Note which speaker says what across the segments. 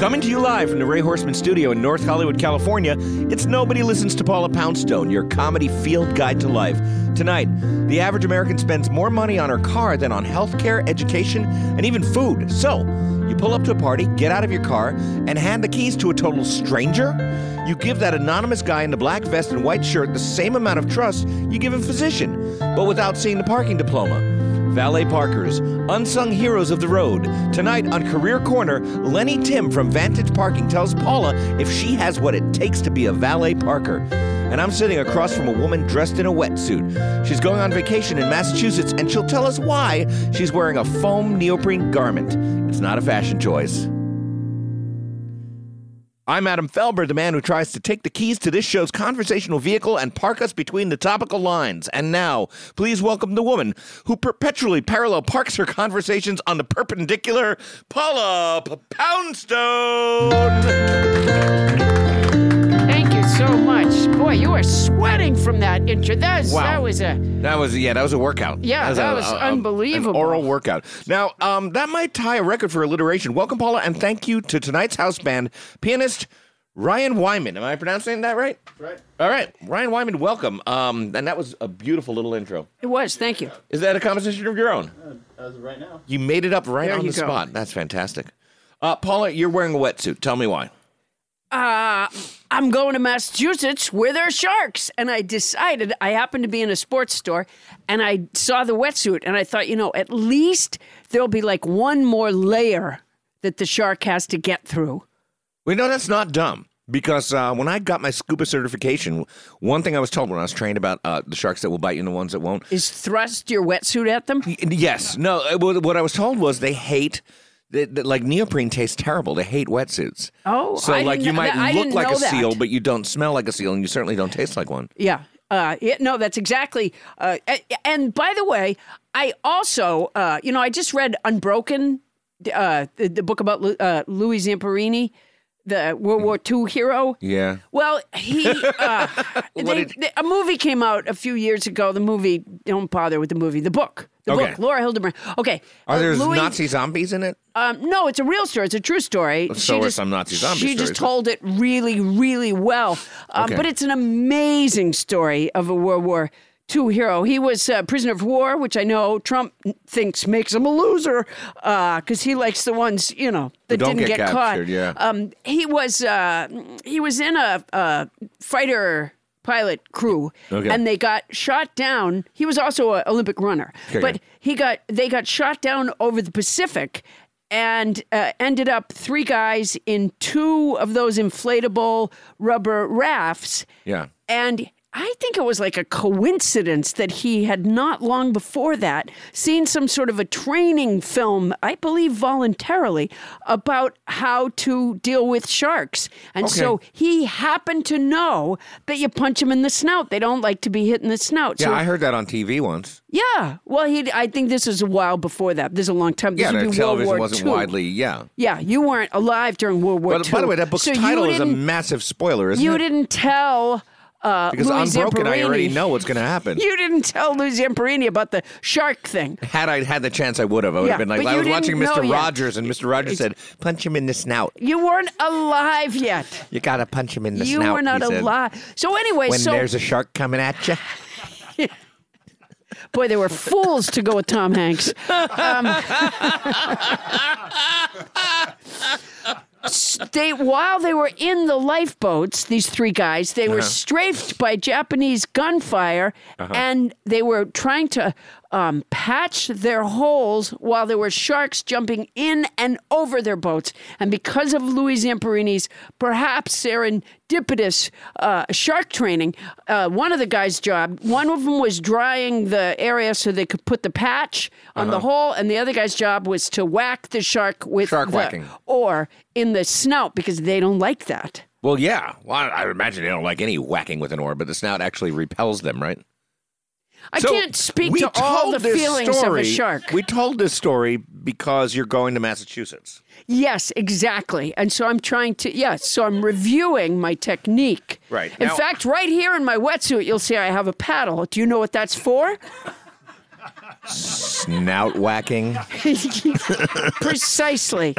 Speaker 1: Coming to you live from the Ray Horseman Studio in North Hollywood, California, it's Nobody Listens to Paula Poundstone, your comedy field guide to life. Tonight, the average American spends more money on her car than on healthcare, education, and even food. So, you pull up to a party, get out of your car, and hand the keys to a total stranger? You give that anonymous guy in the black vest and white shirt the same amount of trust you give a physician, but without seeing the parking diploma. Valet Parkers, unsung heroes of the road. Tonight on Career Corner, Lenny Tim from Vantage Parking tells Paula if she has what it takes to be a valet parker. And I'm sitting across from a woman dressed in a wetsuit. She's going on vacation in Massachusetts, and she'll tell us why she's wearing a foam neoprene garment. It's not a fashion choice. I'm Adam Felber, the man who tries to take the keys to this show's conversational vehicle and park us between the topical lines. And now, please welcome the woman who perpetually parallel parks her conversations on the perpendicular, Paula P- Poundstone.
Speaker 2: Thank you so much. Boy, you are sweating from that intro. That was,
Speaker 1: Wow.
Speaker 2: that was a.
Speaker 1: That was yeah, that was a workout.
Speaker 2: Yeah, that was unbelievable.
Speaker 1: An oral workout. Now, um, that might tie a record for alliteration. Welcome, Paula, and thank you to tonight's house band, pianist Ryan Wyman. Am I pronouncing that right? Right. All right, Ryan Wyman, welcome. Um, and that was a beautiful little intro.
Speaker 3: It was, thank you.
Speaker 1: Is that a composition of your own?
Speaker 4: Uh, As of right now.
Speaker 1: You made it up right
Speaker 3: There
Speaker 1: on
Speaker 3: you
Speaker 1: the
Speaker 3: go.
Speaker 1: spot. That's fantastic. Uh, Paula, you're wearing a wetsuit. Tell me why.
Speaker 3: uh, I'm going to Massachusetts where there are sharks. And I decided, I happened to be in a sports store and I saw the wetsuit and I thought, you know, at least there'll be like one more layer that the shark has to get through.
Speaker 1: Well, no, that's not dumb. Because uh, when I got my scuba certification, one thing I was told when I was trained about uh, the sharks that will bite you and the ones that won't.
Speaker 3: Is thrust your wetsuit at them?
Speaker 1: Y- Yes. No, uh, what what I was told was they hate, that, that, like neoprene tastes terrible. They hate wetsuits.
Speaker 3: Oh,
Speaker 1: So,
Speaker 3: I
Speaker 1: like,
Speaker 3: didn't
Speaker 1: you
Speaker 3: kn-
Speaker 1: might
Speaker 3: that- I
Speaker 1: look
Speaker 3: didn't
Speaker 1: like
Speaker 3: know
Speaker 1: a
Speaker 3: that.
Speaker 1: seal, but you don't smell like a seal, and you certainly don't taste like one.
Speaker 3: Yeah. Uh, yeah, no, that's exactly. Uh, a- and by the way, I also, uh, you know, I just read Unbroken, uh, the, the book about Lu- uh, Louis Zamperini, the World War II hero.
Speaker 1: Yeah.
Speaker 3: Well, he uh, they,
Speaker 1: did-
Speaker 3: they- a movie came out a few years ago. The movie, don't bother with the movie. The book, the
Speaker 1: Okay.
Speaker 3: book, Laura Hildebrand. Okay,
Speaker 1: Are
Speaker 3: uh,
Speaker 1: there
Speaker 3: Louis-
Speaker 1: Nazi zombies in it?
Speaker 3: um, no, it's a real story. It's a true story.
Speaker 1: So are some Nazi zombie
Speaker 3: She just
Speaker 1: stories.
Speaker 3: told it really, really well. Um,
Speaker 1: Okay.
Speaker 3: But it's an amazing story of a World War II hero. He was a prisoner of war, which I know Trump thinks makes him a loser because he likes the ones you know that
Speaker 1: don't
Speaker 3: didn't
Speaker 1: get
Speaker 3: get, caught.
Speaker 1: captured, yeah.
Speaker 3: Um, he was uh, he was in a, a fighter pilot crew,
Speaker 1: Okay.
Speaker 3: and they got shot down. He was also an Olympic runner,
Speaker 1: Okay,
Speaker 3: but
Speaker 1: good.
Speaker 3: he got they got shot down over the Pacific and uh, ended up three guys in two of those inflatable rubber rafts.
Speaker 1: Yeah.
Speaker 3: And I think it was like a coincidence that he had not long before that seen some sort of a training film, I believe voluntarily, about how to deal with sharks. And so he happened to know that you punch them in the snout. They don't like to be hit in the snout.
Speaker 1: Yeah,
Speaker 3: so
Speaker 1: I heard that on TV once.
Speaker 3: yeah. Well, he. I think this is a while before that. This is a long time. This
Speaker 1: Yeah,
Speaker 3: would
Speaker 1: the
Speaker 3: be
Speaker 1: television
Speaker 3: World War
Speaker 1: wasn't
Speaker 3: II.
Speaker 1: widely. Yeah.
Speaker 3: Yeah, you weren't alive during World War
Speaker 1: But
Speaker 3: II.
Speaker 1: by the way, that book's
Speaker 3: So you
Speaker 1: title is a
Speaker 3: didn't-
Speaker 1: massive spoiler, isn't
Speaker 3: You
Speaker 1: it?
Speaker 3: didn't tell. Uh,
Speaker 1: Because
Speaker 3: Louis
Speaker 1: unbroken, I already
Speaker 3: Zamperini-
Speaker 1: know what's going to happen.
Speaker 3: You didn't tell Lou Zamperini about the shark thing.
Speaker 1: Had I had the chance, I would have. I would
Speaker 3: Yeah,
Speaker 1: have been like,
Speaker 3: but
Speaker 1: I
Speaker 3: you
Speaker 1: was watching
Speaker 3: didn't know
Speaker 1: Mr.
Speaker 3: yet.
Speaker 1: Rogers, and Mr. Rogers said, "Punch him in the snout.
Speaker 3: You weren't alive yet.
Speaker 1: You gotta punch him in the
Speaker 3: you
Speaker 1: snout."
Speaker 3: were not
Speaker 1: he said.
Speaker 3: alive. So anyway,
Speaker 1: When
Speaker 3: so
Speaker 1: there's a shark coming at you,
Speaker 3: boy, they were fools to go with Tom Hanks. Um,
Speaker 2: s- they while they were in the lifeboats, these three guys, they
Speaker 1: Uh-huh.
Speaker 2: were strafed by Japanese gunfire, and they were trying to um, patch their holes while there were sharks jumping in and over their boats. And because of Louis Zamperini's perhaps serendipitous uh, shark training, uh, one of the guys' job, one of them was drying the area so they could put the patch on
Speaker 1: Uh-huh.
Speaker 2: the hole, and the other guy's job was to whack the shark with
Speaker 1: Shark
Speaker 2: the-
Speaker 1: whacking.
Speaker 2: or in the snout because they don't like that.
Speaker 1: Well, yeah. Well, I- I imagine they don't like any whacking with an oar, but the snout actually repels them, right?
Speaker 2: I
Speaker 1: So,
Speaker 2: can't speak
Speaker 1: we
Speaker 2: to all
Speaker 1: told
Speaker 2: the
Speaker 1: this
Speaker 2: feelings
Speaker 1: story-
Speaker 2: of a shark.
Speaker 1: We told this story because you're going to Massachusetts.
Speaker 2: yes, exactly. And so I'm trying to, yes, so I'm reviewing my technique.
Speaker 1: Right.
Speaker 2: In
Speaker 1: Now-
Speaker 2: fact, right here in my wetsuit, you'll see I have a paddle. Do you know what that's for?
Speaker 1: Snout whacking.
Speaker 2: Precisely.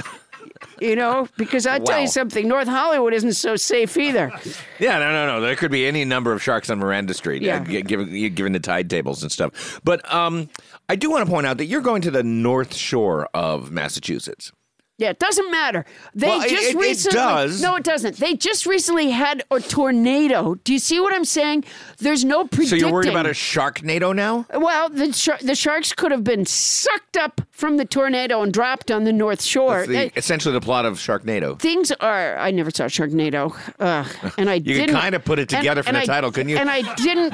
Speaker 2: You know, because I tell
Speaker 1: Wow.
Speaker 2: you something, North Hollywood isn't so safe either.
Speaker 1: Yeah, no, no, no. There could be any number of sharks on Miranda Street,
Speaker 2: Yeah.
Speaker 1: uh, gi- given you- given the tide tables and stuff. But um, I do want to point out that you're going to the North Shore of Massachusetts.
Speaker 2: Yeah, it doesn't matter. They
Speaker 1: Well, it-
Speaker 2: just
Speaker 1: it- it
Speaker 2: recently
Speaker 1: does.
Speaker 2: No, it doesn't. They just recently had a tornado. Do you see what I'm saying? There's no
Speaker 1: So
Speaker 2: predicting.
Speaker 1: you're worried about a sharknado now?
Speaker 2: Well, the shar the sharks could have been sucked up from the tornado and dropped on the North Shore. Eh,
Speaker 1: That's the,
Speaker 2: They-
Speaker 1: essentially the plot of Sharknado.
Speaker 2: things are. I never saw Sharknado, Ugh. and I
Speaker 1: You could
Speaker 2: didn't
Speaker 1: kinda put it
Speaker 2: and-
Speaker 1: together from
Speaker 2: and
Speaker 1: the title, couldn't you?
Speaker 2: And I didn't.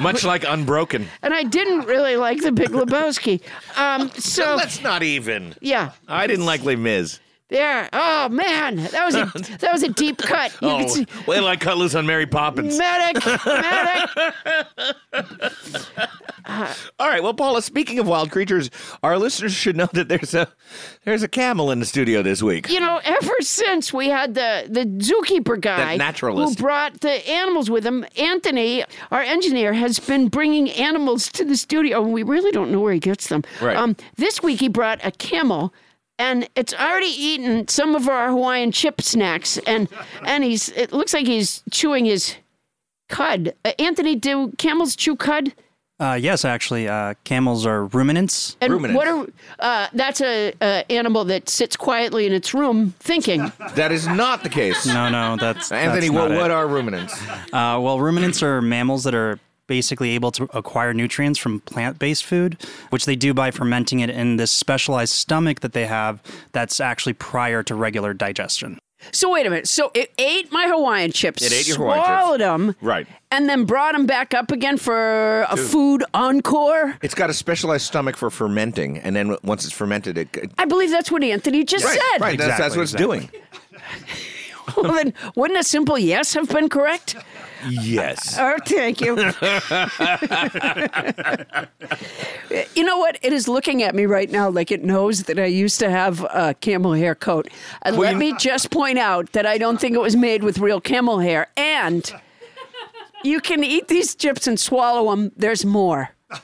Speaker 1: Much like Unbroken.
Speaker 2: and I didn't really like the Big Lebowski. Um, so
Speaker 1: Let's not even.
Speaker 2: yeah,
Speaker 1: I didn't like Les Mis.
Speaker 2: there. Oh man, that was a that was a deep cut. You could
Speaker 1: Oh,
Speaker 2: see-
Speaker 1: well, I cut loose on Mary Poppins.
Speaker 2: Medic, medic.
Speaker 1: All right, well, Paula. Speaking of wild creatures, our listeners should know that there's a there's a camel in the studio this week.
Speaker 2: you know, ever since we had the the zookeeper guy,
Speaker 1: That naturalist.
Speaker 2: who brought the animals with him, Anthony, our engineer, has been bringing animals to the studio, and we really don't know where he gets them. Um,
Speaker 1: Right.
Speaker 2: this week he brought a camel. And it's already eaten some of our Hawaiian chip snacks, and and he's it looks like he's chewing his cud. Uh, Anthony, do camels chew cud?
Speaker 4: Uh, yes, actually, uh, camels are ruminants.
Speaker 2: And
Speaker 1: Ruminants.
Speaker 2: what are uh, that's a uh, animal that sits quietly in its room thinking.
Speaker 1: That is not the case.
Speaker 4: No, no, that's
Speaker 1: Anthony,
Speaker 4: that's
Speaker 1: what,
Speaker 4: not it.
Speaker 1: what are ruminants?
Speaker 4: Uh, well, ruminants are mammals that are basically able to acquire nutrients from plant-based food, which they do by fermenting it in this specialized stomach that they have. That's actually prior to regular digestion.
Speaker 3: So wait a minute. So it ate my Hawaiian chips.
Speaker 1: It ate your Hawaiian chips.
Speaker 3: swallowed them.
Speaker 1: Right.
Speaker 3: And then brought them back up again for a food encore.
Speaker 1: It's got a specialized stomach for fermenting, and then once it's fermented, it.
Speaker 3: I believe that's what Anthony just
Speaker 1: Right,
Speaker 3: said.
Speaker 1: right. That's, that's
Speaker 4: Exactly,
Speaker 1: what it's
Speaker 4: exactly.
Speaker 1: doing.
Speaker 3: Well, then wouldn't a simple yes have been correct?
Speaker 1: Yes.
Speaker 3: Oh, thank you. you know what? It is looking at me right now like it knows that I used to have a camel hair coat. And let me just point out that I don't think it was made with real camel hair. And you can eat these chips and swallow them. There's more.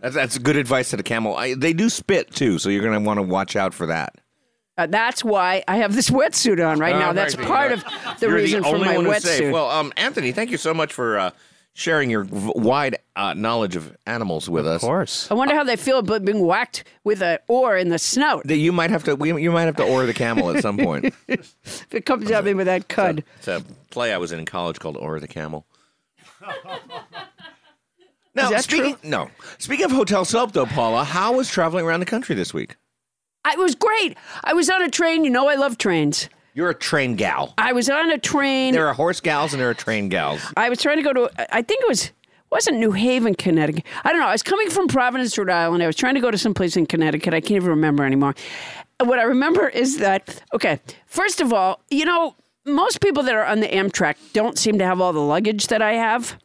Speaker 1: That's, that's good advice to the camel. I, they do spit too, so you're going to want to watch out for that.
Speaker 3: Uh, that's why I have this wetsuit on right
Speaker 1: Oh,
Speaker 3: now.
Speaker 1: right,
Speaker 3: That's
Speaker 1: right,
Speaker 3: part
Speaker 1: right.
Speaker 3: of the
Speaker 1: You're
Speaker 3: reason
Speaker 1: the
Speaker 3: for
Speaker 1: only
Speaker 3: my
Speaker 1: one who's safe.
Speaker 3: wetsuit.
Speaker 1: Well, um, Anthony, thank you so much for uh, sharing your v- wide uh, knowledge of animals with us.
Speaker 4: Of course.
Speaker 3: I wonder
Speaker 1: uh,
Speaker 3: how they feel about being whacked with an oar in the snout
Speaker 1: That you might have to we, you might have to order the camel at some point.
Speaker 3: if it comes at me with that cud.
Speaker 1: It's a play I was in in college called Or the Camel. Now,
Speaker 3: that
Speaker 1: speaking, No. Speaking of hotel soap, though, Paula, how was traveling around the country this week?
Speaker 3: I it was great. I was on a train. You know, I love trains.
Speaker 1: You're a train gal.
Speaker 3: I was on a train.
Speaker 1: There are horse gals and there are train gals.
Speaker 3: I was trying to go to. I think it was wasn't New Haven, Connecticut. I don't know. I was coming from Providence, Rhode Island. I was trying to go to some place in Connecticut. I can't even remember anymore. What I remember is that okay. First of all, you know, most people that are on the Amtrak don't seem to have all the luggage that I have.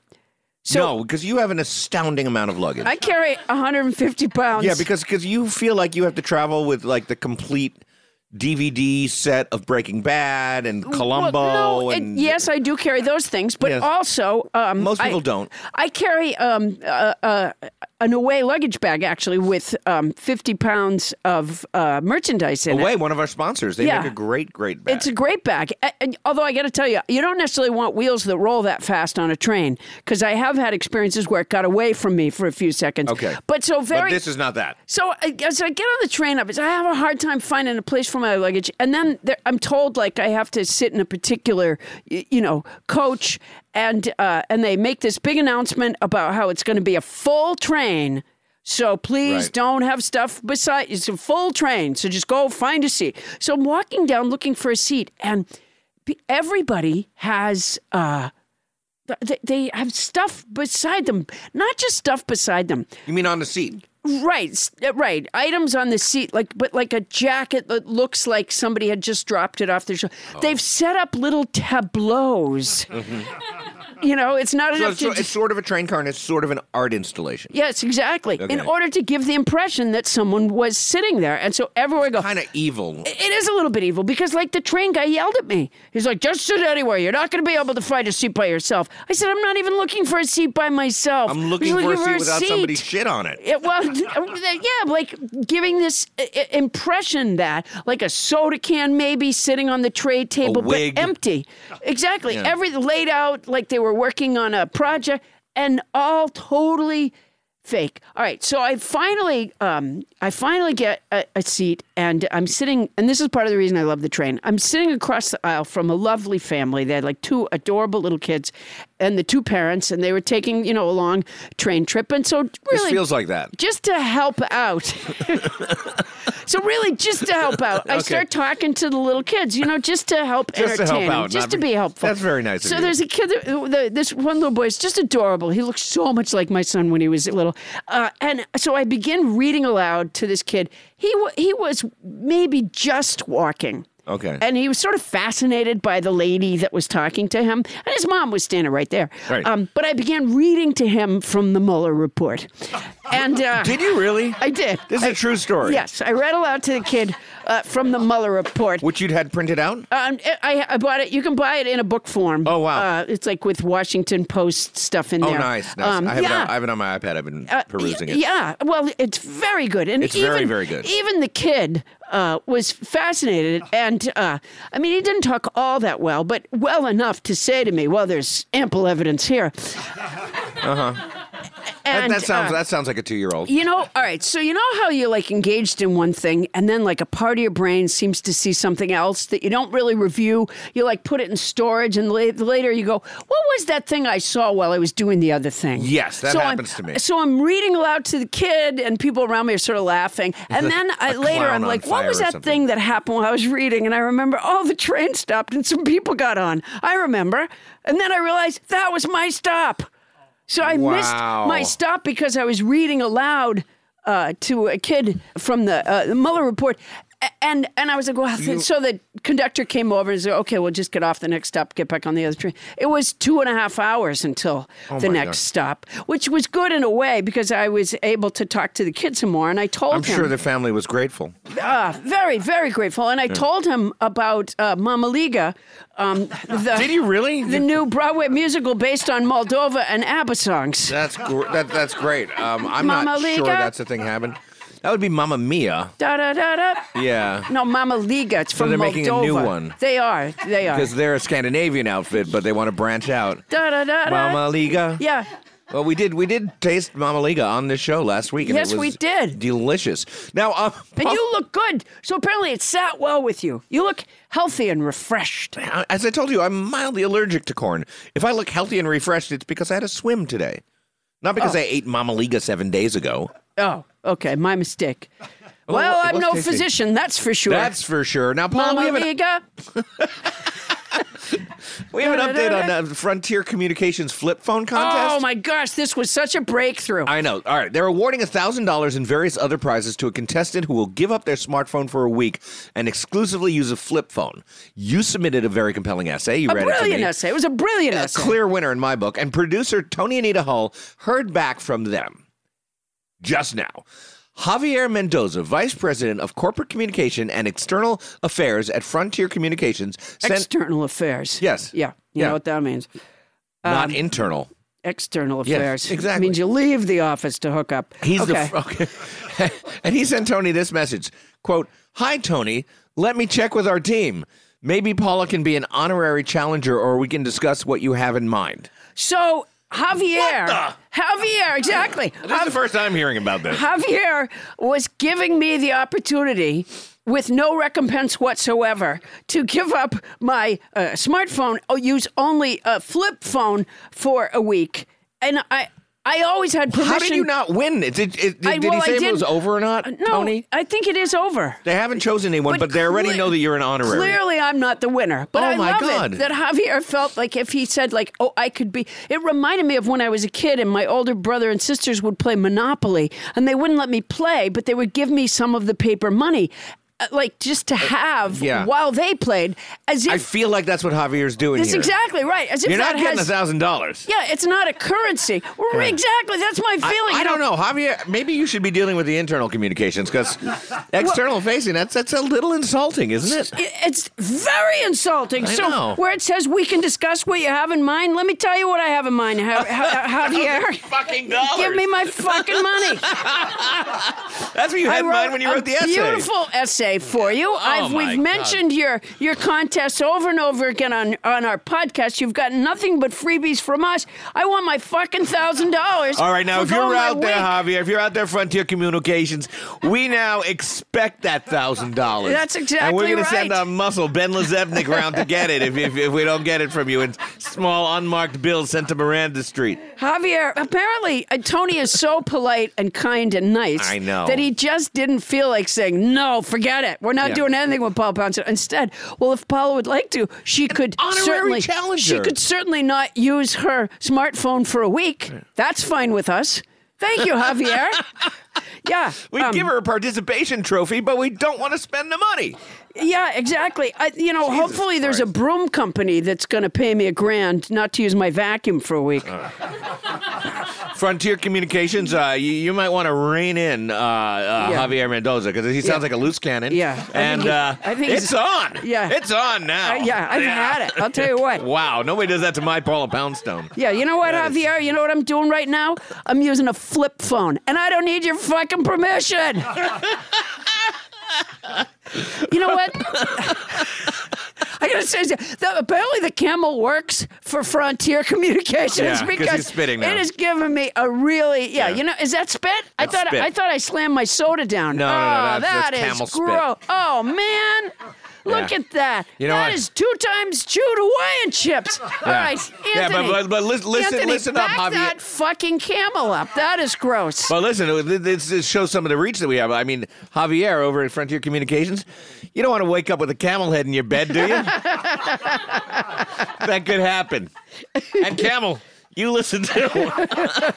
Speaker 1: no, because you have an astounding amount of luggage.
Speaker 3: I carry 150 pounds.
Speaker 1: yeah, because because you feel like you have to travel with like the complete DVD set of Breaking Bad and Columbo
Speaker 3: Well, no, it-
Speaker 1: Oh, and
Speaker 3: yes, I do carry those things, but
Speaker 1: Yes.
Speaker 3: also um,
Speaker 1: Most people
Speaker 3: I-
Speaker 1: don't.
Speaker 3: I carry um, uh, uh, an away luggage bag actually with um, fifty pounds of uh, merchandise in
Speaker 1: Away,
Speaker 3: it.
Speaker 1: one of our sponsors. They
Speaker 3: Yeah.
Speaker 1: make a great, great bag.
Speaker 3: It's a great bag. A- and although I got to tell you, you don't necessarily want wheels that roll that fast on a train because I have had experiences where it got away from me for a few seconds.
Speaker 1: Okay.
Speaker 3: but so very.
Speaker 1: but this is not that.
Speaker 3: so I- as I get on the train up, I have a hard time finding a place for my luggage, and then there, I'm told like I have to sit in a particular, y- you know, coach, and uh, and they make this big announcement about how it's going to be a full train. So please
Speaker 1: Right.
Speaker 3: don't have stuff beside. It's a full train, so just go find a seat. So I'm walking down looking for a seat, and pe- everybody has. Uh, th- they- they have stuff beside them, not just stuff beside them.
Speaker 1: You mean on the seat?
Speaker 3: Right, s- uh, right. Items on the seat, like but like a jacket that looks like somebody had just dropped it off their shelf.
Speaker 1: Oh.
Speaker 3: They've set up little tableaus. you know, it's not
Speaker 1: So
Speaker 3: enough
Speaker 1: it's,
Speaker 3: to.
Speaker 1: so- it's
Speaker 3: just-
Speaker 1: sort of a train car and it's sort of an art installation.
Speaker 3: yes, exactly. In
Speaker 1: Okay.
Speaker 3: order to give the impression that someone was sitting there, and so everywhere I go.
Speaker 1: Kind of evil.
Speaker 3: it is a little bit evil because, like, the train guy yelled at me. He's like, "Just sit anywhere. You're not going to be able to find a seat by yourself." I said, "I'm not even looking for a seat by myself.
Speaker 1: I'm
Speaker 3: just
Speaker 1: looking for a seat without
Speaker 3: seat."
Speaker 1: somebody shit on it.
Speaker 3: It, well, yeah, like giving this i- i- impression that, like a soda can maybe sitting on the tray table, but
Speaker 1: wig.
Speaker 3: empty. Exactly. Every laid out like they were working on a project and all totally fake. All right. So I finally, um, I finally get a, a seat and I'm sitting, and this is part of the reason I love the train. I'm sitting across the aisle from a lovely family. They had like two adorable little kids and the two parents, and they were taking, you know, a long train trip. And so
Speaker 1: This
Speaker 3: really
Speaker 1: feels like that.
Speaker 3: just to help out. so really, just to help out, I start talking to the little kids. You know, just to help
Speaker 1: Just to
Speaker 3: entertain, them,
Speaker 1: help out,
Speaker 3: just
Speaker 1: not
Speaker 3: to
Speaker 1: be-
Speaker 3: be helpful.
Speaker 1: That's very nice of
Speaker 3: So
Speaker 1: you.
Speaker 3: there's a kid. That, the, this one little boy is just adorable. He looks so much like my son when he was little. Uh, and so I begin reading aloud to this kid. He wa- he was maybe just walking.
Speaker 1: Okay.
Speaker 3: And he was sort of fascinated by the lady that was talking to him. And his mom was standing right there.
Speaker 1: Right.
Speaker 3: Um, but I began reading to him from the Mueller report. And uh,
Speaker 1: Did you really?
Speaker 3: I did.
Speaker 1: This is a true story.
Speaker 3: Yes, I read aloud to the kid uh, from the Mueller report.
Speaker 1: Which you'd had printed out?
Speaker 3: Um, I, I bought it. You can buy it in a book form.
Speaker 1: Oh, wow.
Speaker 3: Uh, it's like with Washington Post stuff in
Speaker 1: Oh,
Speaker 3: there.
Speaker 1: nice, nice.
Speaker 3: Um,
Speaker 1: I, have it
Speaker 3: yeah.
Speaker 1: on, I have it on my iPad. I've been
Speaker 3: Uh,
Speaker 1: perusing
Speaker 3: y-
Speaker 1: it.
Speaker 3: Yeah, well, it's very good, and
Speaker 1: It's
Speaker 3: even,
Speaker 1: very, very good.
Speaker 3: Even the kid uh, was fascinated, and uh, I mean, he didn't talk all that well, but well enough to say to me, "Well, there's ample evidence here." uh huh.
Speaker 1: Uh-huh. That, that sounds that sounds like a two year old.
Speaker 3: uh, You know, all right. So you know how you're like engaged in one thing, and then like a part of your brain seems to see something else that you don't really review. You like put it in storage, and la- later you go, "What was that thing I saw while I was doing the other thing?"
Speaker 1: Yes, that
Speaker 3: so
Speaker 1: happens
Speaker 3: I'm,
Speaker 1: to me.
Speaker 3: So I'm reading aloud to the kid, and people around me are sort of laughing, and then I,
Speaker 1: A
Speaker 3: later
Speaker 1: clown
Speaker 3: I'm
Speaker 1: on
Speaker 3: like,
Speaker 1: fire
Speaker 3: "What was
Speaker 1: or
Speaker 3: that
Speaker 1: something."
Speaker 3: thing that happened while I was reading?" And I remember, oh, the train stopped, and some people got on. I remember, and then I realized that was my stop. So I missed
Speaker 1: Wow.
Speaker 3: my stop because I was reading aloud uh, to a kid from the, uh, the Mueller report. A- And and I was like, wow. so the conductor came over and said, okay, we'll just get off the next stop, get back on the other train. It was two and a half hours until the
Speaker 1: Oh my
Speaker 3: next
Speaker 1: God.
Speaker 3: stop, which was good in a way because I was able to talk to the kid some more. And I told
Speaker 1: I'm
Speaker 3: him,
Speaker 1: sure the family was grateful.
Speaker 3: uh, very, very grateful. And I told him about uh, Mama Liga. Um, the,
Speaker 1: Did you really?
Speaker 3: The new Broadway musical based on Moldova and ABBA songs.
Speaker 1: That's gr- that, that's great. Um, I'm not
Speaker 3: Mamma
Speaker 1: sure
Speaker 3: Liga?
Speaker 1: that's a thing happened. That would be Mamma Mia.
Speaker 3: Da da da da.
Speaker 1: Yeah.
Speaker 3: No, Mama Liga. It's from
Speaker 1: they're
Speaker 3: Moldova.
Speaker 1: making a new one.
Speaker 3: They are. They are.
Speaker 1: Because they're a Scandinavian outfit, but they want to branch out.
Speaker 3: Da da da da.
Speaker 1: Mamma Liga.
Speaker 3: Yeah.
Speaker 1: Well, we did we did taste Mamma Liga on this show last week. And
Speaker 3: Yes,
Speaker 1: it was
Speaker 3: we did.
Speaker 1: Delicious. Now, um,
Speaker 3: And you look good. So apparently it sat well with you. You look healthy and refreshed.
Speaker 1: uh, as I told you, I'm mildly allergic to corn. If I look healthy and refreshed, it's because I had a swim today, not because I ate Mamma Liga seven days ago.
Speaker 3: Oh, okay. My mistake. Well,
Speaker 1: it
Speaker 3: I'm
Speaker 1: was
Speaker 3: no
Speaker 1: tasty.
Speaker 3: physician, that's for sure.
Speaker 1: That's for sure. Now, Paul, we
Speaker 3: Mama
Speaker 1: have, an,
Speaker 3: Liga.
Speaker 1: we have an update on the Frontier Communications flip phone contest.
Speaker 3: Oh my gosh, this was such a breakthrough.
Speaker 1: I know. All right. They're awarding $1,000 and various other prizes to a contestant who will give up their smartphone for a week and exclusively use a flip phone. You submitted a very compelling essay. You
Speaker 3: a
Speaker 1: read it to
Speaker 3: brilliant
Speaker 1: me.
Speaker 3: essay. It was a brilliant
Speaker 1: A
Speaker 3: essay.
Speaker 1: clear winner in my book. And producer Tony Anita Hull heard back from them just now. Javier Mendoza, Vice President of Corporate Communication and External Affairs at Frontier Communications, sent
Speaker 3: External affairs.
Speaker 1: Yes.
Speaker 3: Yeah. You
Speaker 1: Yeah.
Speaker 3: know what um, that means.
Speaker 1: not internal.
Speaker 3: External affairs.
Speaker 1: exactly.
Speaker 3: means you leave the office to hook up.
Speaker 1: He's
Speaker 3: okay.
Speaker 1: the okay. and he sent Tony this message. Quote, Hi Tony, let me check with our team. Maybe Paula can be an honorary challenger or we can discuss what you have in mind.
Speaker 3: So Javier, Javier, exactly.
Speaker 1: This is the first time hearing about this.
Speaker 3: Javier was giving me the opportunity with no recompense whatsoever to give up my uh, smartphone or use only a flip phone for a week. And I, I always had permission.
Speaker 1: How did you not win? Did, did, did,
Speaker 3: I-
Speaker 1: did
Speaker 3: well,
Speaker 1: he
Speaker 3: I
Speaker 1: say if it
Speaker 3: didn't- Uh,
Speaker 1: was over or not,
Speaker 3: No,
Speaker 1: Tony?
Speaker 3: I think it is over.
Speaker 1: They haven't chosen anyone, but, they already
Speaker 3: cle-
Speaker 1: know that you're an honorary.
Speaker 3: Clearly, I'm not the winner. But
Speaker 1: Oh,
Speaker 3: I
Speaker 1: my
Speaker 3: love
Speaker 1: God.
Speaker 3: it that Javier felt like if he said like, "Oh, I could be." It reminded me of when I was a kid and my older brother and sisters would play Monopoly, and they wouldn't let me play, but they would give me some of the paper money, uh, like just to have
Speaker 1: yeah.
Speaker 3: while they played, as
Speaker 1: I
Speaker 3: if
Speaker 1: feel like that's what Javier's doing
Speaker 3: that's
Speaker 1: here.
Speaker 3: exactly right. As if
Speaker 1: You're
Speaker 3: that
Speaker 1: not getting a
Speaker 3: has.
Speaker 1: thousand dollars.
Speaker 3: yeah, it's not a currency. Well, Exactly. That's my feeling.
Speaker 1: I, I
Speaker 3: you
Speaker 1: don't know, Javier. Maybe you should be dealing with the internal communications because external facing that's that's a little insulting, isn't it?
Speaker 3: It- It's very insulting.
Speaker 1: I
Speaker 3: so
Speaker 1: know.
Speaker 3: where it says we can discuss what you have in mind, let me tell you what I have in mind, Ja- Ja- Javier.
Speaker 1: Fucking dollars.
Speaker 3: Give me my fucking money.
Speaker 1: That's what you had in mind when you
Speaker 3: a
Speaker 1: wrote the essay. Oh
Speaker 3: Beautiful essay for you. I've,
Speaker 1: my
Speaker 3: we've
Speaker 1: God.
Speaker 3: mentioned your your contests over and over again on on our podcast. You've gotten nothing but freebies from us. I want my fucking thousand dollars.
Speaker 1: All right, now
Speaker 3: for
Speaker 1: if you're
Speaker 3: going my
Speaker 1: out there,
Speaker 3: week.
Speaker 1: Javier, if you're out there, Frontier Communications, we now expect that thousand dollars.
Speaker 3: That's
Speaker 1: And we're
Speaker 3: exactly
Speaker 1: gonna send
Speaker 3: right.
Speaker 1: our muscle Ben Lazebnik round to get it if, if, if we don't get it from you in small unmarked bills sent to Miranda Street.
Speaker 3: Javier, apparently uh, Tony is so polite and kind and nice.
Speaker 1: I know.
Speaker 3: That he just didn't feel like saying, no, forget it. We're not
Speaker 1: Yeah.
Speaker 3: doing anything with Paul Poundstone. Instead, well, if Paula would like to, she could
Speaker 1: honorary
Speaker 3: certainly
Speaker 1: challenger.
Speaker 3: She could certainly not use her smartphone for a week. That's fine with us. Thank you, Javier. yeah.
Speaker 1: We
Speaker 3: um,
Speaker 1: give her a participation trophy, but we don't want to spend the money.
Speaker 3: yeah, exactly. I, you know, hopefully there's a
Speaker 1: Christ.
Speaker 3: broom company that's going to pay me a grand not to use my vacuum for a week.
Speaker 1: Uh, Frontier Communications, uh, you, you might want to rein in uh, uh,
Speaker 3: Yeah.
Speaker 1: Javier Mendoza because he sounds
Speaker 3: Yeah.
Speaker 1: like a loose cannon.
Speaker 3: Yeah. I think
Speaker 1: and
Speaker 3: he-
Speaker 1: uh,
Speaker 3: I think he's-
Speaker 1: it's on.
Speaker 3: Yeah.
Speaker 1: it's on now.
Speaker 3: Uh, yeah, I've had it. I'll tell you what.
Speaker 1: Wow, nobody does that to my Paula Poundstone.
Speaker 3: Yeah, you know what,
Speaker 1: That is-
Speaker 3: Javier? You know what I'm doing right now? I'm using a flip phone, and I don't need your fucking permission. you know what? I gotta say, the, apparently the camel works for Frontier Communications
Speaker 1: Yeah, 'cause
Speaker 3: because
Speaker 1: he's spitting now.
Speaker 3: it has given me a really yeah.
Speaker 1: Yeah.
Speaker 3: You know, is that spit? I
Speaker 1: That's
Speaker 3: thought
Speaker 1: spit.
Speaker 3: I thought I slammed my soda down.
Speaker 1: No, no,
Speaker 3: oh,
Speaker 1: no,
Speaker 3: that
Speaker 1: that's- that's
Speaker 3: is
Speaker 1: camel spit.
Speaker 3: gross. Oh man. Look
Speaker 1: Yeah.
Speaker 3: at that.
Speaker 1: You know
Speaker 3: that
Speaker 1: what?
Speaker 3: is two times chewed Hawaiian chips. All
Speaker 1: Yeah.
Speaker 3: right, Anthony.
Speaker 1: Yeah, but- but- but lis- listen-
Speaker 3: Anthony,
Speaker 1: listen up,
Speaker 3: back
Speaker 1: Javier.
Speaker 3: that fucking camel up. That is gross.
Speaker 1: Well, listen, it- this, this shows some of the reach that we have. I mean, Javier over at Frontier Communications, you don't want to wake up with a camel head in your bed, do you? that could happen. And camel, you listen to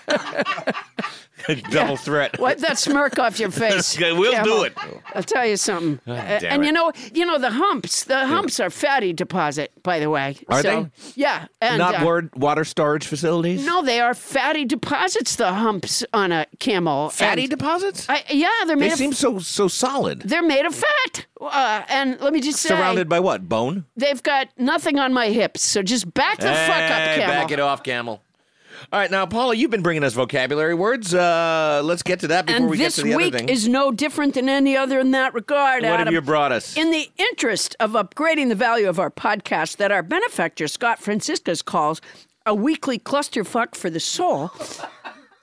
Speaker 1: double threat.
Speaker 3: Wipe that smirk off your face.
Speaker 1: Okay, we'll
Speaker 3: camel.
Speaker 1: do it. Ah,
Speaker 3: I'll tell you something. Uh,
Speaker 1: damn
Speaker 3: and
Speaker 1: it.
Speaker 3: you know, you know the humps. The humps are fatty deposit, by the way.
Speaker 1: Are
Speaker 3: So,
Speaker 1: they?
Speaker 3: Yeah. And,
Speaker 1: Not
Speaker 3: uh,
Speaker 1: word, water storage facilities.
Speaker 3: No, they are fatty deposits. The humps on a camel.
Speaker 1: fatty
Speaker 3: And
Speaker 1: deposits.
Speaker 3: I, yeah, they're made.
Speaker 1: they
Speaker 3: of,
Speaker 1: seem so so solid.
Speaker 3: they're made of fat. Uh, and let me just say,
Speaker 1: Surrounded by what? Bone.
Speaker 3: They've got nothing on my hips, so just back the fuck up,
Speaker 1: Hey,
Speaker 3: Camel.
Speaker 1: Back it off, camel. All right, now Paula, you've been bringing us vocabulary words. Uh, let's get to that before
Speaker 3: and
Speaker 1: we get
Speaker 3: this
Speaker 1: to the
Speaker 3: week
Speaker 1: other thing.
Speaker 3: is no different than any other in that regard.
Speaker 1: what
Speaker 3: Adam.
Speaker 1: have you brought us?
Speaker 3: In the interest of upgrading the value of our podcast that our benefactor, Scott Franciscus, calls a weekly clusterfuck for the soul,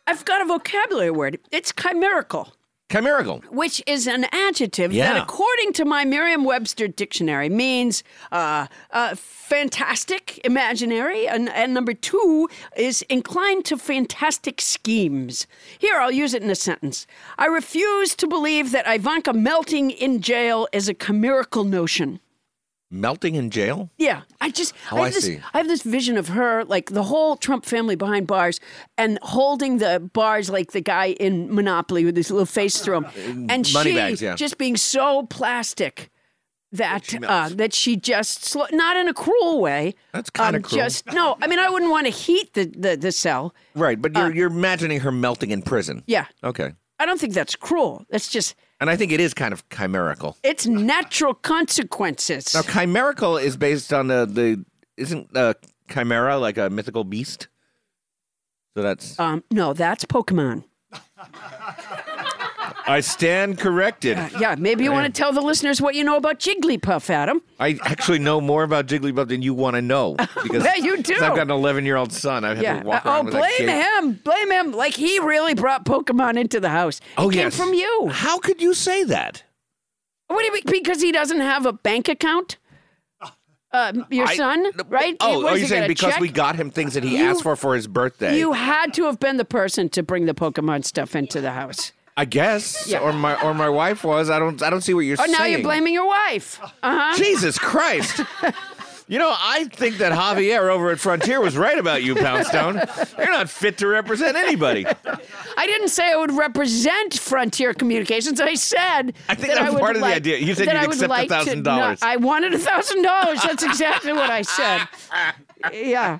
Speaker 3: I've got a vocabulary word. It's chimerical.
Speaker 1: Chimerical.
Speaker 3: which is an adjective
Speaker 1: Yeah.
Speaker 3: that, according to my Merriam Webster dictionary, means uh, uh, fantastic, imaginary, and, and number two is inclined to fantastic schemes. Here, I'll use it in a sentence. I refuse to believe that Ivanka melting in jail is a chimerical notion.
Speaker 1: Melting in jail?
Speaker 3: Yeah, I just
Speaker 1: Oh,
Speaker 3: I,
Speaker 1: I
Speaker 3: have this,
Speaker 1: see.
Speaker 3: I have this vision of her, like the whole Trump family behind bars, and holding the bars like the guy in Monopoly with his little face through him, and she
Speaker 1: Moneybags, Uh, yeah.
Speaker 3: just being so plastic that
Speaker 1: she
Speaker 3: uh,
Speaker 1: melts.
Speaker 3: that she just sl- not in a cruel way.
Speaker 1: That's kinda
Speaker 3: um,
Speaker 1: cruel.
Speaker 3: Just no, I mean I wouldn't want to heat the the, the cell.
Speaker 1: Right, but you're, you're imagining her melting in prison.
Speaker 3: Yeah,
Speaker 1: Okay.
Speaker 3: I don't think that's cruel. That's just
Speaker 1: And I think it is kind of chimerical.
Speaker 3: it's natural consequences.
Speaker 1: Now, chimerical is based on the, the isn't uh, chimera like a mythical beast? So that's.
Speaker 3: Um, no, that's Pokemon.
Speaker 1: I stand corrected.
Speaker 3: Yeah, maybe you want to tell the listeners what you know about Jigglypuff, Adam.
Speaker 1: I actually know more about Jigglypuff than you want to know. Because
Speaker 3: bet you
Speaker 1: because
Speaker 3: do.
Speaker 1: I've got an 11 year old son. I've had
Speaker 3: Yeah.
Speaker 1: to walk
Speaker 3: Uh,
Speaker 1: around
Speaker 3: oh,
Speaker 1: with
Speaker 3: blame
Speaker 1: that kid.
Speaker 3: him. Blame him. Like he really brought Pokemon into the house. It
Speaker 1: Oh,
Speaker 3: came
Speaker 1: yes.
Speaker 3: from you.
Speaker 1: How could you say that?
Speaker 2: What do you mean? Because he doesn't have a bank account? Uh, your
Speaker 5: I-
Speaker 2: son, right?
Speaker 5: Oh,
Speaker 2: What,
Speaker 5: are
Speaker 2: is
Speaker 5: you
Speaker 2: he
Speaker 5: saying
Speaker 2: gonna
Speaker 5: because
Speaker 2: check?
Speaker 5: we got him things that he
Speaker 2: You-
Speaker 5: asked for for his birthday?
Speaker 2: You had to have been the person to bring the Pokemon stuff into the house.
Speaker 5: I guess,
Speaker 2: Yeah.
Speaker 5: or my or my wife was. I don't I don't see what you're
Speaker 2: Oh,
Speaker 5: saying.
Speaker 2: now you're blaming your wife. Uh huh.
Speaker 5: Jesus Christ. You know, I think that Javier over at Frontier was right about you, Poundstone. You're not fit to represent anybody.
Speaker 2: I didn't say I would represent Frontier Communications. I said
Speaker 5: I think that was
Speaker 2: would
Speaker 5: part of the
Speaker 2: like-
Speaker 5: idea. You said
Speaker 2: that
Speaker 5: you'd
Speaker 2: I would
Speaker 5: accept
Speaker 2: like to
Speaker 5: $1,000.
Speaker 2: not- I wanted a thousand dollars. That's exactly what I said. Yeah.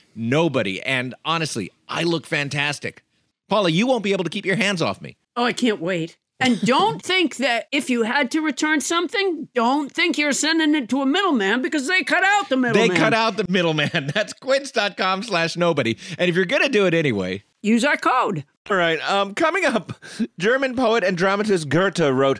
Speaker 1: nobody. And honestly, I look fantastic. Paula, you won't be able to keep your hands off me.
Speaker 3: Oh, I can't wait. And don't think that if you had to return something, don't think you're sending it to a middleman because they cut out the
Speaker 1: They
Speaker 3: middleman.
Speaker 1: cut out the middleman. That's quince.com slash nobody. And if you're going to do it anyway,
Speaker 3: Use our code.
Speaker 6: All right. Um, coming up, German poet and dramatist Goethe wrote,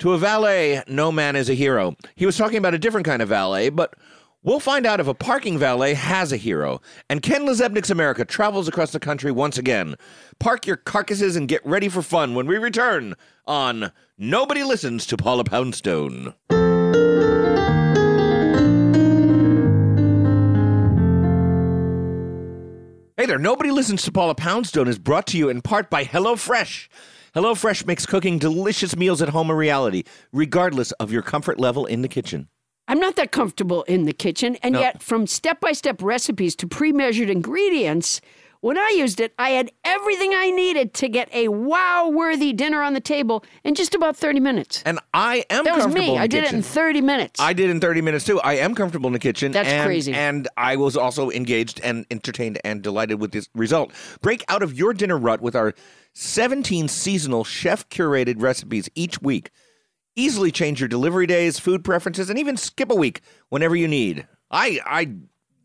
Speaker 6: "To a valet, no man is a hero." He was talking about a different kind of valet, but we'll find out if a parking valet has a hero. And Ken Lezebnik's America travels across the country once again. Park your carcasses and get ready for fun when we return on Nobody Listens to Paula Poundstone. Hey there, Nobody Listens to Paula Poundstone is brought to you in part by HelloFresh. HelloFresh makes cooking delicious meals at home a reality, regardless of your comfort level in the kitchen.
Speaker 2: I'm not that comfortable in the kitchen, and yet from step by step recipes to pre measured ingredients, when I used it, I had everything I needed to get a wow worthy dinner on the table in just about 30 minutes.
Speaker 6: And I am
Speaker 2: That was
Speaker 6: comfortable in
Speaker 2: me.
Speaker 6: the
Speaker 2: I did it
Speaker 6: kitchen.
Speaker 2: in 30 minutes.
Speaker 6: I did in 30 minutes too. I am comfortable in the kitchen.
Speaker 2: That's
Speaker 6: and,
Speaker 2: crazy.
Speaker 6: And I was also engaged and entertained and delighted with this result. Break out of your dinner rut with our 17 seasonal chef curated recipes each week. Easily change your delivery days, food preferences, and even skip a week whenever you need. I I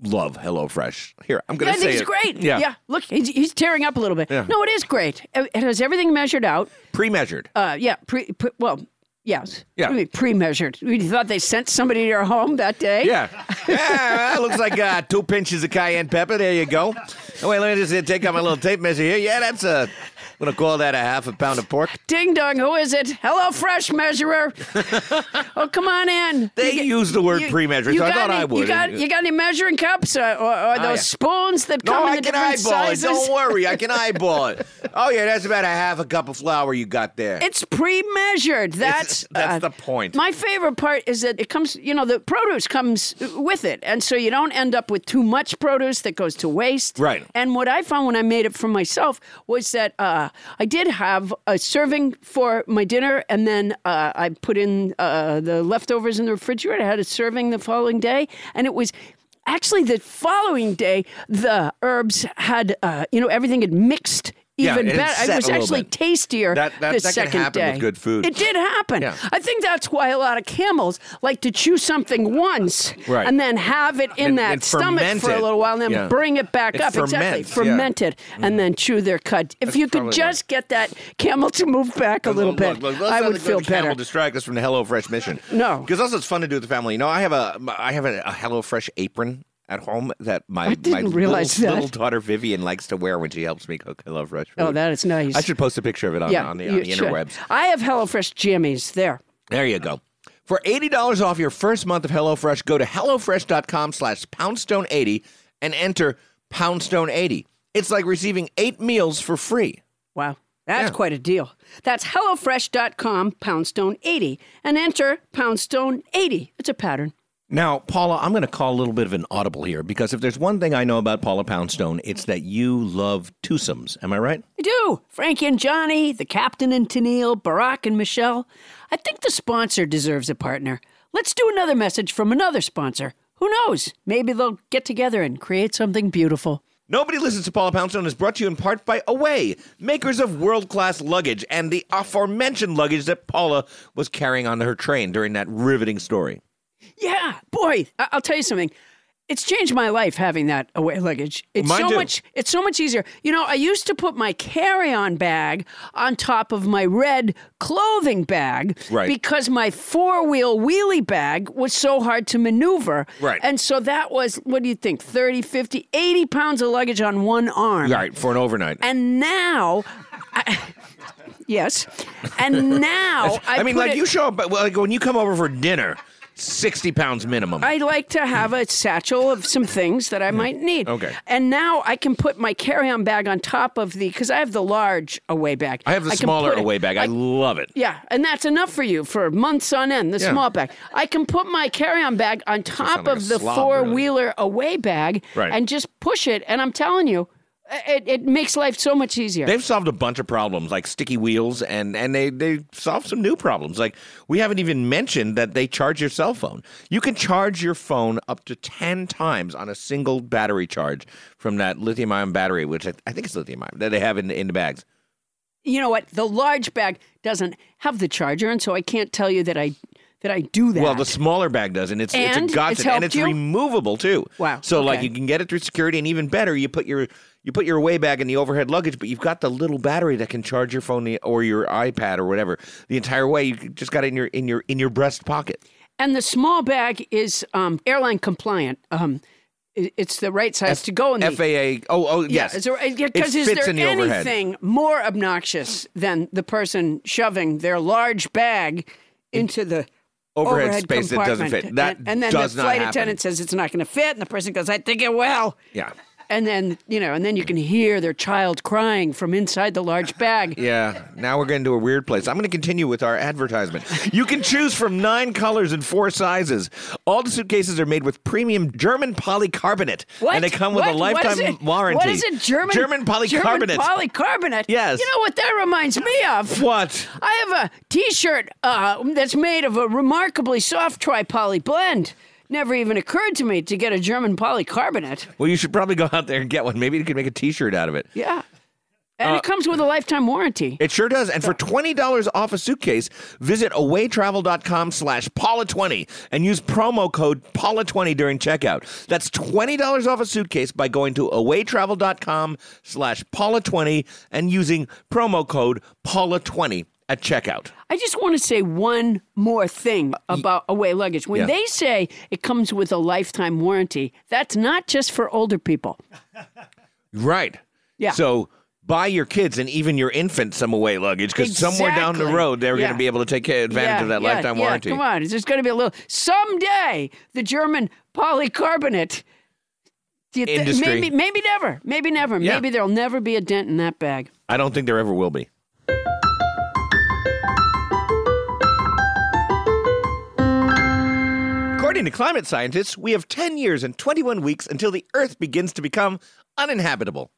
Speaker 6: love HelloFresh. Here, I'm going
Speaker 2: I
Speaker 6: to
Speaker 2: think
Speaker 6: say
Speaker 2: it's
Speaker 6: it.
Speaker 2: great.
Speaker 6: Yeah.
Speaker 2: Look, he's, he's tearing up a little bit. No, it is great. It it has everything measured out.
Speaker 6: Pre-measured.
Speaker 2: Uh, yeah. Pre, pre, well, yes.
Speaker 6: Yeah.
Speaker 2: Pre measured. You thought they sent somebody to your home that day?
Speaker 6: Yeah. yeah, that looks like uh, two pinches of cayenne pepper. There you go. Oh, wait, let me just uh, take out my little tape measure here. Yeah, that's a
Speaker 1: gonna call that a half a pound of pork.
Speaker 3: Ding dong, who is it? Hello, fresh measurer. oh, come on in.
Speaker 1: They
Speaker 3: get-
Speaker 1: use the word pre-measured,
Speaker 3: you
Speaker 1: so I
Speaker 3: got
Speaker 1: thought
Speaker 3: any,
Speaker 1: I
Speaker 3: You
Speaker 1: would.
Speaker 3: got, you got any measuring cups or, or, or those
Speaker 1: yeah.
Speaker 3: spoons that
Speaker 1: No,
Speaker 3: come in
Speaker 1: I
Speaker 3: the
Speaker 1: can
Speaker 3: different
Speaker 1: eyeball
Speaker 3: sizes?
Speaker 1: it. Don't worry, I can eyeball it. Oh yeah, that's about a half a cup of flour you got there.
Speaker 3: It's pre-measured. That's
Speaker 1: that's the point.
Speaker 3: uh, My favorite part is that it comes. You know, the produce comes with it, and so you don't end up with too much produce that goes to waste.
Speaker 1: Right.
Speaker 3: And what I found when I made it for myself was that uh, I did have a serving for my dinner, and then uh, I put in uh, the leftovers in the refrigerator. I had a serving the following day, and it was. Actually, the following day, the herbs had, uh, you know, everything had mixed
Speaker 1: Yeah,
Speaker 3: even
Speaker 1: it had
Speaker 3: better.
Speaker 1: set
Speaker 3: It
Speaker 1: a
Speaker 3: was
Speaker 1: little
Speaker 3: actually
Speaker 1: bit.
Speaker 3: tastier
Speaker 1: That- that-
Speaker 3: the
Speaker 1: that can
Speaker 3: second
Speaker 1: happen
Speaker 3: day.
Speaker 1: with good food.
Speaker 3: It did happen.
Speaker 1: Yeah.
Speaker 3: I think that's why a lot of camels like to chew something once
Speaker 1: Right.
Speaker 3: and then have it in
Speaker 1: And-
Speaker 3: that
Speaker 1: and
Speaker 3: stomach
Speaker 1: ferment
Speaker 3: for a
Speaker 1: it.
Speaker 3: little while and then
Speaker 1: Yeah.
Speaker 3: bring it back
Speaker 1: It
Speaker 3: up. exactly.
Speaker 1: ferments, yeah. Mm.
Speaker 3: Ferment it and then chew their cud. If you could
Speaker 1: probably
Speaker 3: just get that camel to move back a little
Speaker 1: Look,
Speaker 3: bit,
Speaker 1: look, look, let's
Speaker 3: I
Speaker 1: not
Speaker 3: would
Speaker 1: let
Speaker 3: feel
Speaker 1: the camel
Speaker 3: better.
Speaker 1: distract us from the Hello Fresh mission.
Speaker 3: No.
Speaker 1: because also it's fun to do with the family. You know, I have a I have a, a Hello Fresh apron at home that my
Speaker 3: I didn't
Speaker 1: my
Speaker 3: realize
Speaker 1: little,
Speaker 3: that.
Speaker 1: little daughter Vivian likes to wear when she helps me cook Hello Fresh.
Speaker 3: Oh, that is nice.
Speaker 1: I should post a picture of it on,
Speaker 3: yeah,
Speaker 1: on the,
Speaker 3: you
Speaker 1: on the
Speaker 3: should.
Speaker 1: interwebs.
Speaker 3: I have HelloFresh jammies there.
Speaker 1: There you go. For $80 off your first month of HelloFresh, go to HelloFresh.com slash Poundstone80 and enter Poundstone80. It's like receiving eight meals for free.
Speaker 3: Wow. That's
Speaker 1: Yeah.
Speaker 3: quite a deal. That's HelloFresh.com, poundstone 80, and enter poundstone 80. It's a pattern.
Speaker 1: Now, Paula, I'm going to call a little bit of an audible here because if there's one thing I know about Paula Poundstone, it's that you love twosomes. Am I right?
Speaker 3: I do. Frankie and Johnny, the captain and Tennille, Barack and Michelle. I think the sponsor deserves a partner. Let's do another message from another sponsor. Who knows? Maybe they'll get together and create something beautiful.
Speaker 1: Nobody Listens to Paula Poundstone is brought to you in part by Away, makers of world class luggage and the aforementioned luggage that Paula was carrying on her train during that riveting story.
Speaker 3: Yeah, boy, I- I'll tell you something. It's changed my life having that away luggage. It's
Speaker 1: Mine
Speaker 3: so
Speaker 1: too.
Speaker 3: much it's so much easier. You know, I used to put my carry-on bag on top of my red clothing bag
Speaker 1: Right.
Speaker 3: because my four-wheel wheelie bag was so hard to maneuver.
Speaker 1: Right.
Speaker 3: And so that was what do you think? 30, 50, 80 pounds of luggage on one arm.
Speaker 1: Right, for an overnight.
Speaker 3: And now I- Yes. And now I,
Speaker 1: I mean,
Speaker 3: put
Speaker 1: like
Speaker 3: it-
Speaker 1: you show up, but, well, like when you come over for dinner, sixty pounds minimum.
Speaker 3: I like to have a satchel of some things that I might need.
Speaker 1: Okay.
Speaker 3: And now I can put my carry-on bag on top of the because I have the large away bag.
Speaker 1: I have the
Speaker 3: can
Speaker 1: smaller
Speaker 3: put it-
Speaker 1: away bag. I, love it.
Speaker 3: yeah, and that's enough for you for months on end. The
Speaker 1: Yeah.
Speaker 3: small bag. I can put my carry-on bag on top
Speaker 1: sound like a
Speaker 3: of the
Speaker 1: slob, really.
Speaker 3: four-wheeler away bag
Speaker 1: Right.
Speaker 3: and just push it. And I'm telling you, it, it makes life so much easier.
Speaker 1: They've solved a bunch of problems, like sticky wheels, and and they they solved some new problems. Like we haven't even mentioned that they charge your cell phone. You can charge your phone up to ten times on a single battery charge from that lithium-ion battery, which I, I think is lithium-ion that they have in in the bags.
Speaker 3: you know what? The large bag doesn't have the charger, and so I can't tell you that I that I do that.
Speaker 1: Well, the smaller bag doesn't. It's
Speaker 3: And
Speaker 1: it's a
Speaker 3: it's
Speaker 1: godsend, and
Speaker 3: helped
Speaker 1: it's
Speaker 3: you?
Speaker 1: removable too.
Speaker 3: Wow,
Speaker 1: So like
Speaker 3: okay.
Speaker 1: you can get it through security, and even better, you put your you put your away bag in the overhead luggage, but you've got the little battery that can charge your phone or your iPad or whatever the entire way. You just got it in your in your in your breast pocket.
Speaker 3: And the small bag is um, airline compliant. Um, i- it's the right size to go in the
Speaker 1: FAA. Oh, oh, yes.
Speaker 3: Because
Speaker 1: it
Speaker 3: is
Speaker 1: fits
Speaker 3: there
Speaker 1: in the overhead.
Speaker 3: anything more obnoxious than the person shoving their large bag into the
Speaker 1: Overhead
Speaker 3: overhead,
Speaker 1: space that doesn't
Speaker 3: compartment?
Speaker 1: fit. That
Speaker 3: and, and then
Speaker 1: does
Speaker 3: the
Speaker 1: not
Speaker 3: flight
Speaker 1: happen.
Speaker 3: attendant says it's not going to fit, and the person goes, "I think it will."
Speaker 1: Yeah.
Speaker 3: And then you know, and then you can hear their child crying from inside the large bag.
Speaker 1: Yeah, now we're going to a weird place. I'm going to continue with our advertisement. You can choose from nine colors and four sizes. All the suitcases are made with premium German polycarbonate,
Speaker 3: What?
Speaker 1: and they come with
Speaker 3: What?
Speaker 1: a
Speaker 3: What
Speaker 1: lifetime
Speaker 3: is it?
Speaker 1: warranty.
Speaker 3: What is it? German
Speaker 1: German polycarbonate?
Speaker 3: German polycarbonate.
Speaker 1: Yes.
Speaker 3: You know what that reminds me of?
Speaker 1: what?
Speaker 3: I have a T-shirt uh, that's made of a remarkably soft tri-poly blend. Never even occurred to me to get a German polycarbonate.
Speaker 1: Well, you should probably go out there and get one. Maybe you can make a T-shirt out of it.
Speaker 3: Yeah. And
Speaker 1: Uh,
Speaker 3: it comes with a lifetime warranty.
Speaker 1: It sure does. And for $20 off a suitcase, visit awaytravel.com slash Paula20 and use promo code Paula20 during checkout. That's $20 off a suitcase by going to awaytravel.com slash Paula20 and using promo code Paula20 at checkout.
Speaker 3: I just want to say one more thing about away luggage. When
Speaker 1: Yeah.
Speaker 3: they say it comes with a lifetime warranty, that's not just for older people.
Speaker 1: Right.
Speaker 3: Yeah.
Speaker 1: So buy your kids and even your infant some away luggage because somewhere down the
Speaker 2: Exactly.
Speaker 1: road they're going
Speaker 2: Yeah.
Speaker 1: to be able to take advantage
Speaker 2: yeah,
Speaker 1: of that
Speaker 2: yeah,
Speaker 1: lifetime
Speaker 2: yeah,
Speaker 1: warranty.
Speaker 2: Come on, it's just going to be a little. Someday, the German polycarbonate do you thi-
Speaker 1: Industry.
Speaker 2: Maybe, maybe never. Maybe never.
Speaker 1: Yeah.
Speaker 2: Maybe there'll never be a dent in that bag.
Speaker 1: I don't think there ever will be. According to climate scientists, we have 10 years and 21 weeks until the Earth begins to become uninhabitable.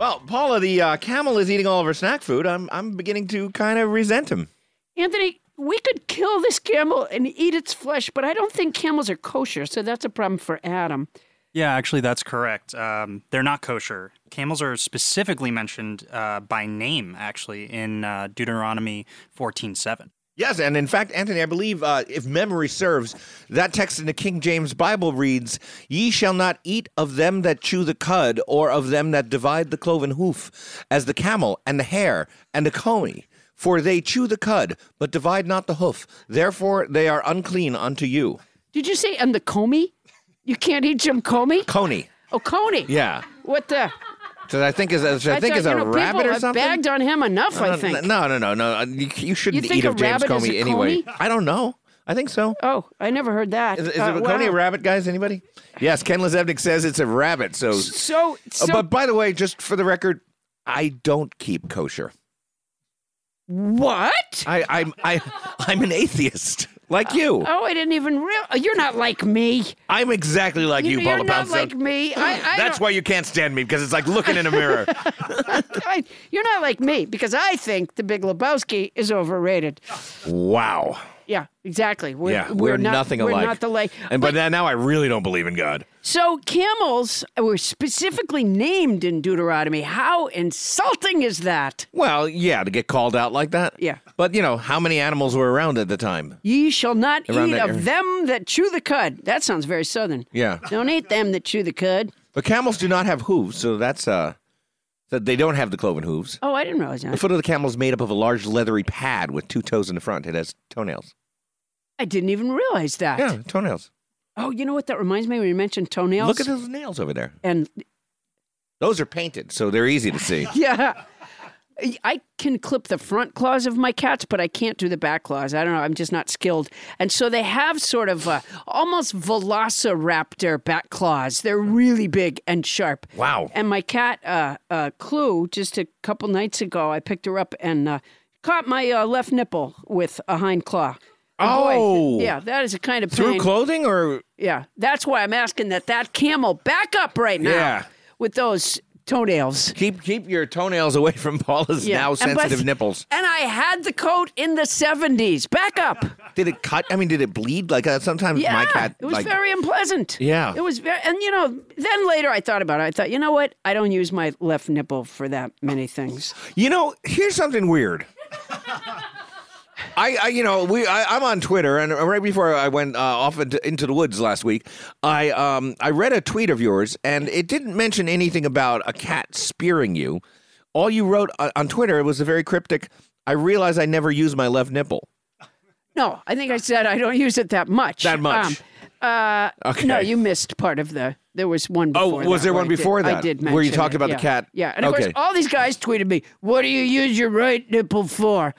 Speaker 1: Well, Paula, the uh, camel is eating all of her snack food. I'm, I'm beginning to kind of resent him.
Speaker 2: Anthony, we could kill this camel and eat its flesh, but I don't think camels are kosher, so that's a problem for Adam.
Speaker 4: Yeah, actually, that's correct. Um, they're not kosher. Camels are specifically mentioned uh, by name, actually, in uh, Deuteronomy 14.7.
Speaker 1: Yes, and in fact, Anthony, I believe, uh, if memory serves, that text in the King James Bible reads, Ye shall not eat of them that chew the cud, or of them that divide the cloven hoof, as the camel, and the hare, and the coney. For they chew the cud, but divide not the hoof. Therefore they are unclean unto you.
Speaker 2: Did you say and the Comey? You can't eat Jim Comey?
Speaker 1: Coney.
Speaker 2: Oh, Coney.
Speaker 1: Yeah.
Speaker 2: What the?
Speaker 1: So I think is a, which I think
Speaker 2: thought,
Speaker 1: is a
Speaker 2: you know,
Speaker 1: rabbit
Speaker 2: people
Speaker 1: or
Speaker 2: have
Speaker 1: something.
Speaker 2: bagged on him enough, I
Speaker 1: No,
Speaker 2: think.
Speaker 1: No, no, no, no. You, you shouldn't
Speaker 2: think
Speaker 1: eat
Speaker 2: a
Speaker 1: of James
Speaker 2: rabbit is
Speaker 1: Comey
Speaker 2: a
Speaker 1: anyway.
Speaker 2: coney?
Speaker 1: I don't know. I think so.
Speaker 2: Oh, I never heard that.
Speaker 1: Is, is
Speaker 2: Uh,
Speaker 1: it a
Speaker 2: wow.
Speaker 1: coney a rabbit, guys? Anybody? Yes, Ken Lezebnik says it's a rabbit. So,
Speaker 2: So,
Speaker 1: Oh,
Speaker 2: so
Speaker 1: but by the way, just for the record, I don't keep kosher.
Speaker 2: what?
Speaker 1: I, I'm I, I'm an atheist like you.
Speaker 2: Oh, I didn't even realize. You're not like me.
Speaker 1: I'm exactly like you,
Speaker 2: are
Speaker 1: Paula
Speaker 2: not
Speaker 1: Poundstone.
Speaker 2: like me. I, I
Speaker 1: That's
Speaker 2: don't-
Speaker 1: why you can't stand me because it's like looking in a mirror.
Speaker 2: I, you're not like me because I think the Big Lebowski is overrated.
Speaker 1: wow.
Speaker 2: Yeah, exactly. We're,
Speaker 1: Yeah,
Speaker 2: we're,
Speaker 1: we're
Speaker 2: not,
Speaker 1: nothing
Speaker 2: we're
Speaker 1: alike.
Speaker 2: not the like.
Speaker 1: And but now, now I really don't believe in God.
Speaker 2: So camels were specifically named in Deuteronomy. How insulting is that?
Speaker 1: Well, yeah, to get called out like that.
Speaker 2: Yeah.
Speaker 1: But you know how many animals were around at the time?
Speaker 2: Ye shall not
Speaker 1: Around
Speaker 2: eat
Speaker 1: that
Speaker 2: of
Speaker 1: area.
Speaker 2: them that chew the cud. That sounds very southern.
Speaker 1: Yeah.
Speaker 2: Don't eat them that chew the cud.
Speaker 1: But camels do not have hooves, so that's uh, so they don't have the cloven hooves.
Speaker 2: Oh, I didn't realize
Speaker 1: The
Speaker 2: that.
Speaker 1: foot of the camel is made up of a large leathery pad with two toes in the front. It has toenails.
Speaker 2: I didn't even realize that.
Speaker 1: Yeah, toenails.
Speaker 2: Oh, you know what? That reminds me when you mentioned toenails.
Speaker 1: Look at those nails over there.
Speaker 2: And
Speaker 1: Those are painted, so they're easy to see.
Speaker 2: yeah. I can clip the front claws of my cats, but I can't do the back claws. I don't know. I'm just not skilled. And so they have sort of uh almost velociraptor back claws. They're really big and sharp.
Speaker 1: Wow.
Speaker 2: And my cat, uh, uh, Clue, just a couple nights ago, I picked her up and uh, caught my uh, left nipple with a hind claw. And boy,
Speaker 1: Oh.
Speaker 2: yeah, that is a kind of pain.
Speaker 1: Through clothing or
Speaker 2: Yeah, that's why I'm asking that that camel back up right now
Speaker 1: Yeah.
Speaker 2: with those toenails.
Speaker 1: keep keep your toenails away from Paula's
Speaker 2: Yeah.
Speaker 1: now
Speaker 2: And by-
Speaker 1: sensitive nipples.
Speaker 2: And I had the coat in the 70s. Back up.
Speaker 1: Did it cut? I mean, did it bleed? Like uh, sometimes
Speaker 2: Yeah.
Speaker 1: my cat
Speaker 2: it was
Speaker 1: like
Speaker 2: very unpleasant.
Speaker 1: Yeah.
Speaker 2: It was very, and you know, then later I thought about it. I thought, you know what? I don't use my left nipple for that many things.
Speaker 1: You know, here's something weird. I, I, you know, we, I, I'm on Twitter, and right before I went uh, off into, into the woods last week, I, um, I read a tweet of yours, and it didn't mention anything about a cat spearing you. All you wrote on, on Twitter was a very cryptic. I realize I never use my left nipple.
Speaker 2: No, I think I said I don't use it that much.
Speaker 1: That much.
Speaker 2: Um, uh,
Speaker 1: Okay. Oh,
Speaker 2: No, you missed part of the. There was one. Before
Speaker 1: was
Speaker 2: that
Speaker 1: there
Speaker 2: where
Speaker 1: one
Speaker 2: I did-
Speaker 1: before
Speaker 2: I
Speaker 1: that,
Speaker 2: did
Speaker 1: where
Speaker 2: mention
Speaker 1: you talked
Speaker 2: it,
Speaker 1: about the
Speaker 2: yeah.
Speaker 1: cat?
Speaker 2: Yeah, and of
Speaker 1: Okay.
Speaker 2: course, all these guys tweeted me, "What do you use your right nipple for?"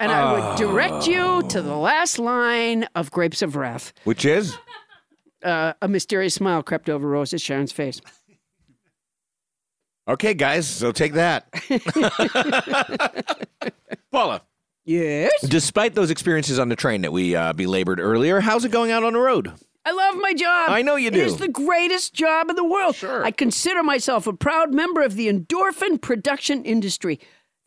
Speaker 2: And I would direct you to the last line of Grapes of Wrath.
Speaker 1: Which is?
Speaker 2: Uh, a mysterious smile crept over Rosa Sharon's face.
Speaker 1: Okay, guys, so take that. Paula,
Speaker 2: Yes,
Speaker 1: despite those experiences on the train that we uh, belabored earlier, how's it going out on the road?
Speaker 2: I love my job.
Speaker 1: I know you
Speaker 2: It is
Speaker 1: do.
Speaker 2: the greatest job in the world.
Speaker 1: Sure.
Speaker 2: I consider myself a proud member of the endorphin production industry.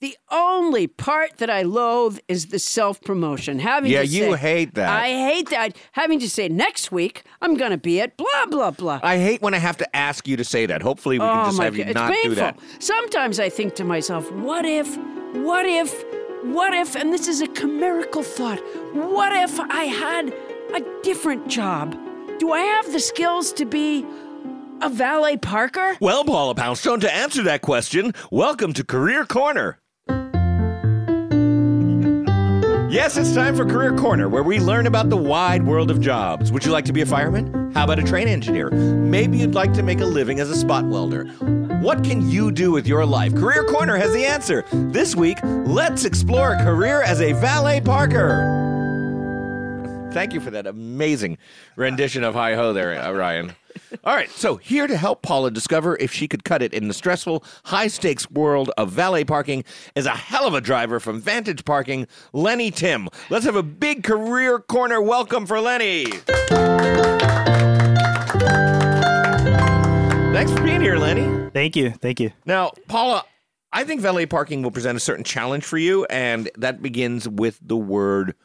Speaker 2: The only part that I loathe is the self promotion. Having
Speaker 1: Yeah,
Speaker 2: to
Speaker 1: you
Speaker 2: say-
Speaker 1: hate that.
Speaker 2: I hate that. Having to say next week I'm going to be at blah blah blah.
Speaker 1: I hate when I have to ask you to say that. Hopefully, we can
Speaker 2: oh
Speaker 1: just
Speaker 2: my
Speaker 1: have you
Speaker 2: God,
Speaker 1: not
Speaker 2: it's
Speaker 1: do
Speaker 2: painful.
Speaker 1: that.
Speaker 2: Sometimes I think to myself, what if, what if, what if? And this is a chimerical thought. What if I had a different job? Do I have the skills to be a valet parker?
Speaker 1: Well, Paula Poundstone, to answer that question, welcome to Career Corner. Yes, it's time for Career Corner, where we learn about the wide world of jobs. Would you like to be a fireman? How about a train engineer? Maybe you'd like to make a living as a spot welder. What can you do with your life? Career Corner has the answer. This week, let's explore a career as a valet parker. Thank you for that amazing rendition of Hi Ho there, uh, Ryan. All right, so here to help Paula discover if she could cut it in the stressful, high stakes world of valet parking is a hell of a driver from Vantage Parking, Lenny Tim. Let's have a big career corner welcome for Lenny. Thanks for being here, Lenny.
Speaker 4: Thank you. Thank you.
Speaker 1: Now, Paula, I think valet parking will present a certain challenge for you, and that begins with the word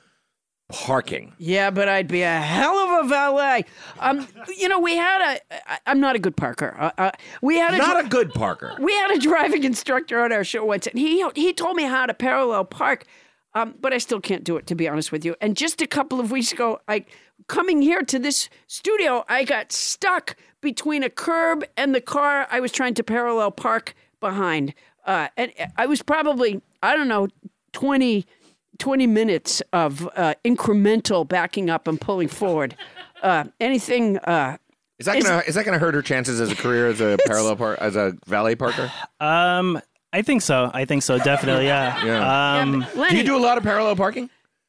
Speaker 1: parking.
Speaker 2: Yeah, but I'd be a hell of a valet. Um, you know, we had a. I- I'm not a good parker. Uh, uh, we had a.
Speaker 1: Not a good parker.
Speaker 2: we had a driving instructor on our show once, and he he told me how to parallel park, um, but I still can't do it, to be honest with you. And just a couple of weeks ago, I coming here to this studio, I got stuck between a curb and the car I was trying to parallel park behind, uh, and I was probably I don't know 20, 20 minutes of uh, incremental backing up and pulling forward. Uh, anything. Uh,
Speaker 1: Is that gonna is that gonna hurt her chances as a career as a parallel par- as a valet parker?
Speaker 7: Um, I think so. I think so. Definitely. Yeah.
Speaker 1: Yeah.
Speaker 7: Um,
Speaker 1: Do
Speaker 2: Lenny,
Speaker 1: you do a lot of parallel parking?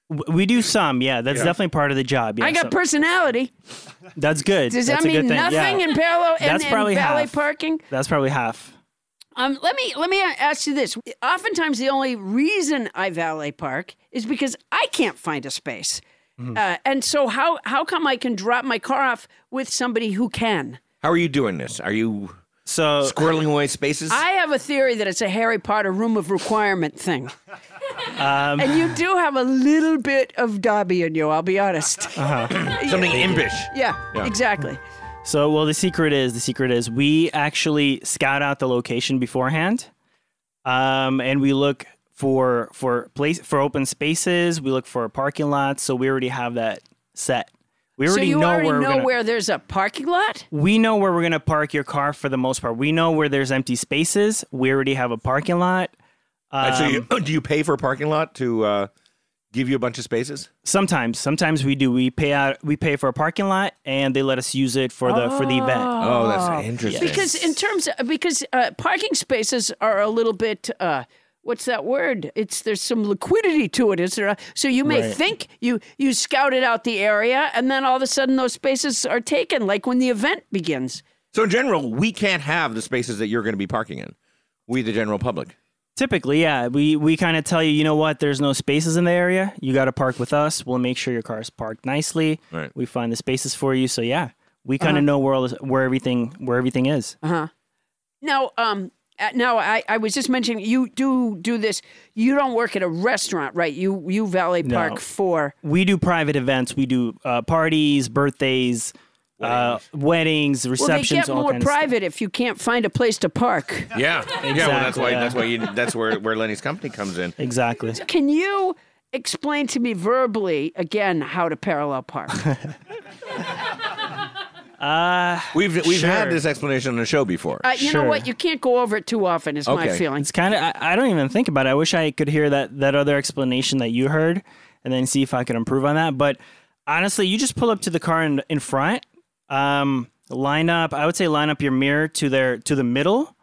Speaker 7: w- we do some. Yeah. That's definitely part of the job. Yeah.
Speaker 2: I got
Speaker 7: so-
Speaker 2: personality.
Speaker 7: that's good.
Speaker 2: Does
Speaker 7: that's
Speaker 2: that
Speaker 7: a good
Speaker 2: mean
Speaker 7: thing.
Speaker 2: nothing
Speaker 7: Yeah.
Speaker 2: in parallel and,
Speaker 7: That's
Speaker 2: and
Speaker 7: probably
Speaker 2: valet
Speaker 7: half.
Speaker 2: parking?
Speaker 7: that's probably half.
Speaker 2: Um, let me let me ask you this. Oftentimes, the only reason I valet park is because I can't find a space, uh, and so how how come I can drop my car off with somebody who can?
Speaker 1: How are you doing this? Are you
Speaker 7: So
Speaker 1: squirreling away spaces?
Speaker 2: I have a theory that it's a Harry Potter room of requirement thing. and you do have a little bit of Dobby in you, I'll be honest.
Speaker 1: Something impish.
Speaker 2: Yeah, exactly.
Speaker 7: So, well, the secret is the secret is we actually scout out the location beforehand, um, and we look for for place for open spaces. We look for parking lots, so we already have that set. We
Speaker 2: So
Speaker 7: already
Speaker 2: you
Speaker 7: know
Speaker 2: already
Speaker 7: where
Speaker 2: know
Speaker 7: we're gonna,
Speaker 2: where there's a parking lot.
Speaker 7: we know where we're gonna park your car for the most part. We know where there's empty spaces. We already have a parking lot.
Speaker 1: Uh, so you, do you pay for a parking lot to uh, give you a bunch of spaces?
Speaker 7: Sometimes, sometimes we do. We pay out. We pay for a parking lot, and they let us use it for the for the event.
Speaker 1: Oh, that's interesting.
Speaker 2: Because in terms of, because uh, parking spaces are a little bit uh, what's that word? It's there's some liquidity to it, is there? not? So you may think you you scouted out the area, and then all of a sudden those spaces are taken, like when the event begins.
Speaker 1: so in general, we can't have the spaces that you're going to be parking in. We, the general public.
Speaker 7: Typically, yeah, we we kind of tell you, you know what? There's no spaces in the area. You got to park with us. We'll make sure your car is parked nicely.
Speaker 1: Right.
Speaker 7: We find the spaces for you. So yeah, we
Speaker 2: Uh-huh.
Speaker 7: kind of know where all, where everything where everything is.
Speaker 2: Now, um, uh, now I, I was just mentioning you do do this. You don't work at a restaurant, right? You you valet park for
Speaker 7: We do private events. We do uh, parties, birthdays, weddings, uh, weddings
Speaker 2: well, they
Speaker 7: receptions.
Speaker 2: get
Speaker 7: all
Speaker 2: more
Speaker 7: kinda stuff.
Speaker 2: private if you can't find a place to park.
Speaker 1: Yeah, yeah. Well, that's why.
Speaker 7: Exactly, yeah.
Speaker 1: That's why. You, that's where where Lenny's company comes in.
Speaker 7: Exactly.
Speaker 2: Can you explain to me verbally again how to parallel park?
Speaker 1: We've we've had
Speaker 7: Sure.
Speaker 1: this explanation on the show before.
Speaker 2: Uh, you know
Speaker 7: Sure.
Speaker 2: what? You can't go over it too often, is my
Speaker 1: Okay.
Speaker 2: feeling.
Speaker 7: It's kind of I, I don't even think about it. I wish I could hear that that other explanation that you heard, and then see if I could improve on that. But honestly, you just pull up to the car in, in front, um, line up. I would say line up your mirror to their to the middle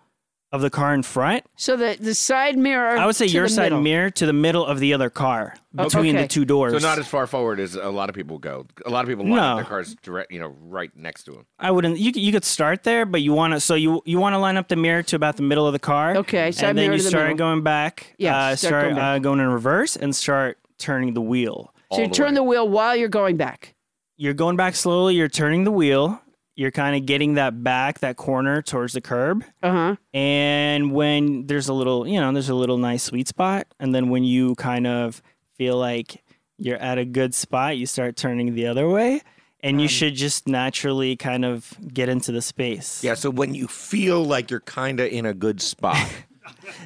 Speaker 7: of the car in front.
Speaker 2: So the, the side mirror.
Speaker 7: I would say
Speaker 2: to
Speaker 7: your
Speaker 2: the
Speaker 7: side
Speaker 2: middle.
Speaker 7: mirror to the middle of the other car between
Speaker 2: Okay.
Speaker 7: the two doors.
Speaker 1: so not as far forward as a lot of people go. A lot of people line up
Speaker 7: No.
Speaker 1: their cars direct, you know, right next to them.
Speaker 7: I wouldn't. You, c- you could start there, but you want to. So you you want to line up the mirror to about the middle of the car.
Speaker 2: Okay, side
Speaker 7: and then
Speaker 2: mirror
Speaker 7: you
Speaker 2: to the
Speaker 7: start
Speaker 2: middle.
Speaker 7: going back.
Speaker 2: Yeah,
Speaker 7: uh,
Speaker 2: start
Speaker 7: start
Speaker 2: going back.
Speaker 7: Uh, going in reverse and start turning the wheel.
Speaker 2: So you
Speaker 1: all the
Speaker 2: turn
Speaker 1: way.
Speaker 2: the wheel while you're going back.
Speaker 7: you're going back slowly, you're turning the wheel, you're kind of getting that back, that corner towards the curb.
Speaker 2: Uh huh.
Speaker 7: And when there's a little, you know, there's a little nice sweet spot. And then when you kind of feel like you're at a good spot, you start turning the other way. And
Speaker 1: Um,
Speaker 7: you should just naturally kind of get into the space.
Speaker 1: Yeah. So when you feel like you're kind of in a good spot.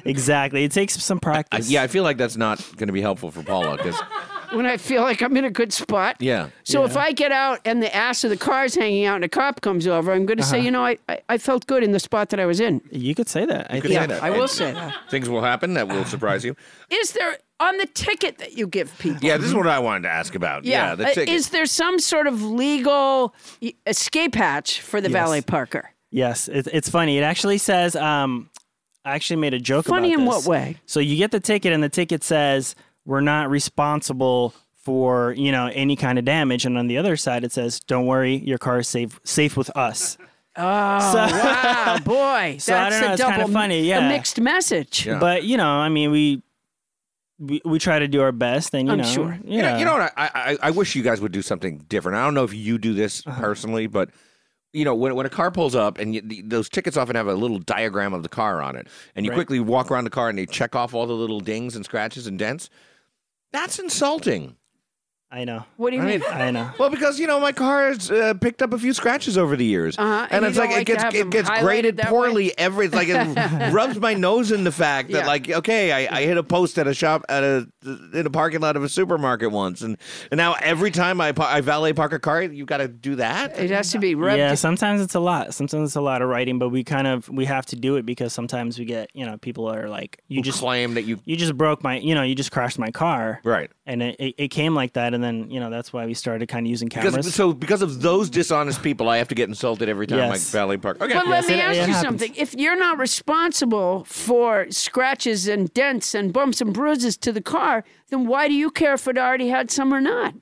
Speaker 7: Exactly. It takes some practice.
Speaker 1: yeah, I feel like that's not going to be helpful for Paula because
Speaker 2: When I feel like I'm in a good spot.
Speaker 1: yeah,
Speaker 2: So if I get out and the ass of the car's hanging out and a cop comes over, I'm going to
Speaker 7: Uh-huh.
Speaker 2: say, you know, I, I, I felt good in the spot that I was in.
Speaker 7: You could say that. I
Speaker 1: could
Speaker 7: think-
Speaker 1: say that.
Speaker 2: I will
Speaker 1: And
Speaker 2: say that.
Speaker 1: things will happen that will surprise you.
Speaker 2: Is there on the ticket that you give people?
Speaker 1: Yeah, this is what I wanted to ask about. Yeah, the
Speaker 2: uh,
Speaker 1: ticket.
Speaker 2: e, Is there some sort of legal y- escape hatch for the valet parker?
Speaker 7: Yes, it, it's funny. It actually says, um, I actually made a joke
Speaker 2: Funny
Speaker 7: about
Speaker 2: in
Speaker 7: this.
Speaker 2: what way?
Speaker 7: So you get the ticket, and the ticket says, We're not responsible for you know any kind of damage and on the other side it says don't worry your car is safe safe with us
Speaker 2: Oh, wow, boy.
Speaker 7: So I
Speaker 2: That's
Speaker 7: don't know,
Speaker 2: a
Speaker 7: it's
Speaker 2: double,
Speaker 7: kinda funny, yeah.
Speaker 2: A mixed message.
Speaker 7: but you know i mean we we, we try to do our best and you
Speaker 2: I'm
Speaker 7: know
Speaker 2: sure.
Speaker 7: yeah.
Speaker 1: You know, you know what? I, I I wish you guys would do something different. I don't know if you do this personally, but you know when when a car pulls up and you, the, those tickets often have a little diagram of the car on it, and you quickly walk around the car and they check off all the little dings and scratches and dents. That's insulting.
Speaker 7: i know
Speaker 2: What do you
Speaker 1: I
Speaker 2: mean?
Speaker 1: mean,
Speaker 7: i know
Speaker 1: well, because you know my car has uh, picked up a few scratches over the years,
Speaker 2: Uh-huh, and
Speaker 1: and,
Speaker 2: you
Speaker 1: it's
Speaker 2: don't
Speaker 1: like, it
Speaker 2: like to
Speaker 1: gets
Speaker 2: have
Speaker 1: it
Speaker 2: them
Speaker 1: gets
Speaker 2: highlighted
Speaker 1: graded
Speaker 2: that way?
Speaker 1: poorly every. It's like it rubs my nose in the fact that
Speaker 2: Yeah.
Speaker 1: like okay, I, I hit a post at a shop at a in a parking lot of a supermarket once, and, and now every time I pa- I valet park a car, you got to do that.
Speaker 2: It has to be rubbed.
Speaker 7: yeah sometimes it's a lot sometimes it's a lot of writing but we kind of we have to do it because sometimes we get you know people are like you
Speaker 1: You
Speaker 7: just
Speaker 1: claim that you
Speaker 7: you just broke my you know you just crashed my car
Speaker 1: right.
Speaker 7: and it, it, it came like that and then you know that's why we started kind of using cameras
Speaker 1: Because, so because of those dishonest people, I have to get insulted every time
Speaker 7: Yes.
Speaker 1: I valet park. Okay,
Speaker 2: But let me
Speaker 7: it-
Speaker 2: ask
Speaker 7: it
Speaker 2: you
Speaker 7: happens.
Speaker 2: something. If you're not responsible for scratches and dents and bumps and bruises to the car, then why do you care if it already had some or not?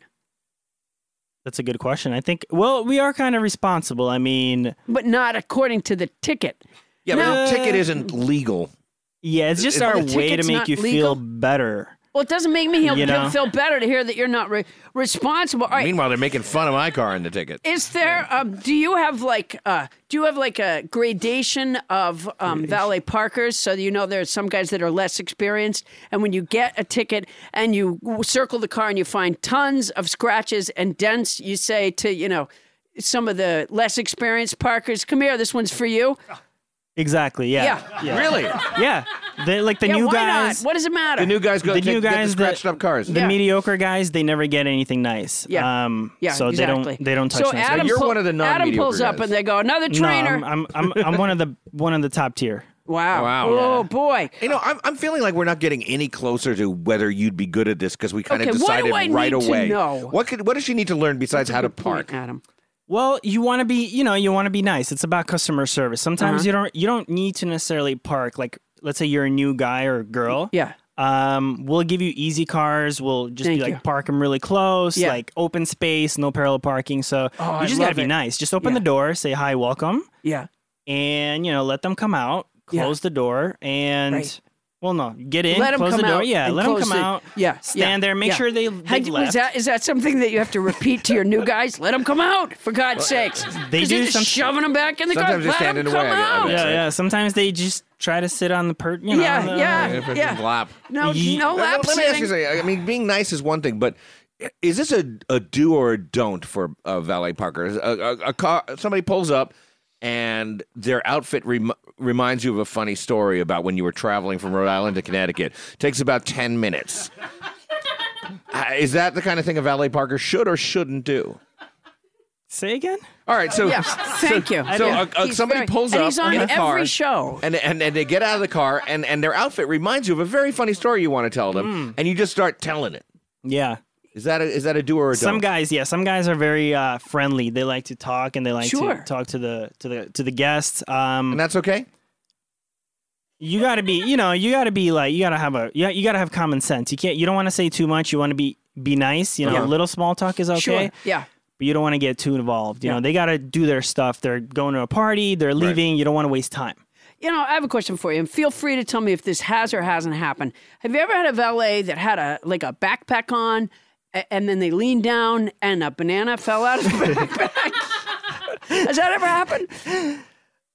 Speaker 7: that's a good question i think well we are kind of responsible i mean
Speaker 2: But not according to the ticket.
Speaker 1: yeah, but
Speaker 7: No.
Speaker 1: the ticket isn't legal.
Speaker 7: yeah it's just our
Speaker 2: Uh, the
Speaker 7: way to
Speaker 2: ticket's
Speaker 7: make
Speaker 2: not
Speaker 7: you
Speaker 2: legal?
Speaker 7: feel better
Speaker 2: Well, it doesn't make me feel,
Speaker 7: You know.
Speaker 2: feel better to hear that you're not re- responsible. All right,
Speaker 1: Meanwhile, they're making fun of my car in the ticket.
Speaker 2: Is there? Um, do you have like? Uh, do you have like a gradation of um, valet parkers? So you know there are some guys that are less experienced, and when you get a ticket and you w- circle the car and you find tons of scratches and dents, you say to you know some of the less experienced parkers, "Come here, this one's for you."
Speaker 7: exactly
Speaker 2: Yeah,
Speaker 7: yeah
Speaker 2: yeah.
Speaker 1: Really?
Speaker 7: yeah, They- like the new
Speaker 2: why
Speaker 7: guys
Speaker 2: not? What does it matter?
Speaker 1: The new guys go
Speaker 7: The
Speaker 1: take,
Speaker 7: new
Speaker 1: get the
Speaker 7: guys that-
Speaker 1: scratched up cars.
Speaker 7: the
Speaker 2: Yeah.
Speaker 7: mediocre guys they never get anything nice
Speaker 2: Yeah.
Speaker 7: um
Speaker 2: yeah,
Speaker 7: so
Speaker 2: exactly.
Speaker 7: they don't they don't touch
Speaker 2: So
Speaker 7: nice
Speaker 2: Adam,
Speaker 7: guys.
Speaker 1: You're
Speaker 2: pull-
Speaker 1: one of the
Speaker 2: Adam
Speaker 1: non-mediocre
Speaker 2: pulls up
Speaker 1: guys.
Speaker 2: and they go, "Another
Speaker 7: no,
Speaker 2: trainer."
Speaker 7: I'm, I'm i'm i'm one of the one of the top tier
Speaker 2: wow.
Speaker 1: Wow.
Speaker 2: Oh boy.
Speaker 1: You know, I'm, I'm feeling like we're not getting any closer to whether you'd be good at this because we kind of
Speaker 2: Okay, what do
Speaker 1: decided
Speaker 2: I
Speaker 1: right
Speaker 2: need to
Speaker 1: away.
Speaker 2: know?
Speaker 1: What could what does she need to learn besides how to park?
Speaker 2: Adam.
Speaker 7: Well, you want to be, you know, you want to be nice. It's about customer service. Sometimes
Speaker 2: Uh-huh.
Speaker 7: you don't you don't need to necessarily park. Like, let's say you're a new guy or girl.
Speaker 2: Yeah.
Speaker 7: Um, we'll give you easy cars. We'll just
Speaker 2: Thank
Speaker 7: be like
Speaker 2: you.
Speaker 7: park them really close,
Speaker 2: Yeah. Oh,
Speaker 7: like open space, no parallel parking. So
Speaker 2: I
Speaker 7: you just gotta
Speaker 2: love
Speaker 7: be
Speaker 2: it.
Speaker 7: nice. Just open
Speaker 2: Yeah.
Speaker 7: the door, say hi, welcome,
Speaker 2: Yeah.
Speaker 7: and you know let them come out.
Speaker 2: Yeah.
Speaker 7: Close the door and.
Speaker 2: Right.
Speaker 7: Well, no, get in,
Speaker 2: let 'em
Speaker 7: close
Speaker 2: come
Speaker 7: the door.
Speaker 2: out.
Speaker 7: Yeah,
Speaker 2: and
Speaker 7: let them
Speaker 2: close
Speaker 7: come
Speaker 2: the-
Speaker 7: out.
Speaker 2: Yeah,
Speaker 7: stand
Speaker 2: yeah,
Speaker 7: there, make
Speaker 2: yeah.
Speaker 7: sure they
Speaker 2: Had- was
Speaker 7: they left.
Speaker 2: that is that something that you have to repeat to your new guys? Let them come out, for God's sakes!
Speaker 7: They
Speaker 2: 'Cause
Speaker 7: do
Speaker 2: you're just
Speaker 7: some-
Speaker 2: shoving them back in the car.
Speaker 1: Sometimes they
Speaker 2: Let
Speaker 1: stand
Speaker 2: them
Speaker 1: in the way
Speaker 2: come
Speaker 1: of it. I
Speaker 2: out.
Speaker 1: mean,
Speaker 7: yeah, yeah. Sometimes they just try to sit on the per, you know,
Speaker 2: Yeah,
Speaker 7: the-
Speaker 2: yeah.
Speaker 1: If it's
Speaker 2: Yeah.
Speaker 1: a lap.
Speaker 2: No,
Speaker 7: Ye-
Speaker 1: Uh,
Speaker 2: no
Speaker 1: let-
Speaker 2: lap
Speaker 1: let me ask you
Speaker 2: sitting.
Speaker 1: something. I mean, being nice is one thing, but is this a, a do or a don't for a valet parker? Is A, a, a car, somebody pulls up and their outfit rem- reminds you of a funny story about when you were traveling from Rhode Island to Connecticut. Takes about ten minutes. Uh, is that the kind of thing a valet parker should or shouldn't do?
Speaker 7: Say again?
Speaker 1: All right, so
Speaker 2: Yeah, thank you.
Speaker 1: so
Speaker 2: Yeah.
Speaker 1: uh, uh,
Speaker 2: He's
Speaker 1: somebody
Speaker 2: very-
Speaker 1: pulls
Speaker 2: and
Speaker 1: up
Speaker 2: he's on
Speaker 1: in the
Speaker 2: every
Speaker 1: car,
Speaker 2: show.
Speaker 1: and, and and they get out of the car, and and their outfit reminds you of a very funny story you want to tell
Speaker 2: Mm.
Speaker 1: them, and you just start telling it.
Speaker 7: Yeah.
Speaker 1: Is that a, is that a do or a
Speaker 7: Some
Speaker 1: don't?
Speaker 7: guys, yeah, some guys are very uh, friendly. They like to talk and they like
Speaker 2: Sure.
Speaker 7: to talk to the to the to the guests.
Speaker 1: and
Speaker 7: Um,
Speaker 1: that's okay.
Speaker 7: you got to be, you know, you got to be like you got to have a yeah, you got to have common sense. You can't you don't want to say too much. You want to be be nice, you know,
Speaker 1: Yeah.
Speaker 7: a little small talk is okay,
Speaker 2: Sure. Yeah.
Speaker 7: but you don't want to get too involved. You
Speaker 2: Yeah.
Speaker 7: know, they got to do their stuff. They're going to a party, they're leaving. You don't want to waste time.
Speaker 2: You know, I have a question for you, and feel free to tell me if this has or hasn't happened. Have you ever had a valet that had a like a backpack on, a- and then they leaned down and a banana fell out of the backpack? Has that ever happened?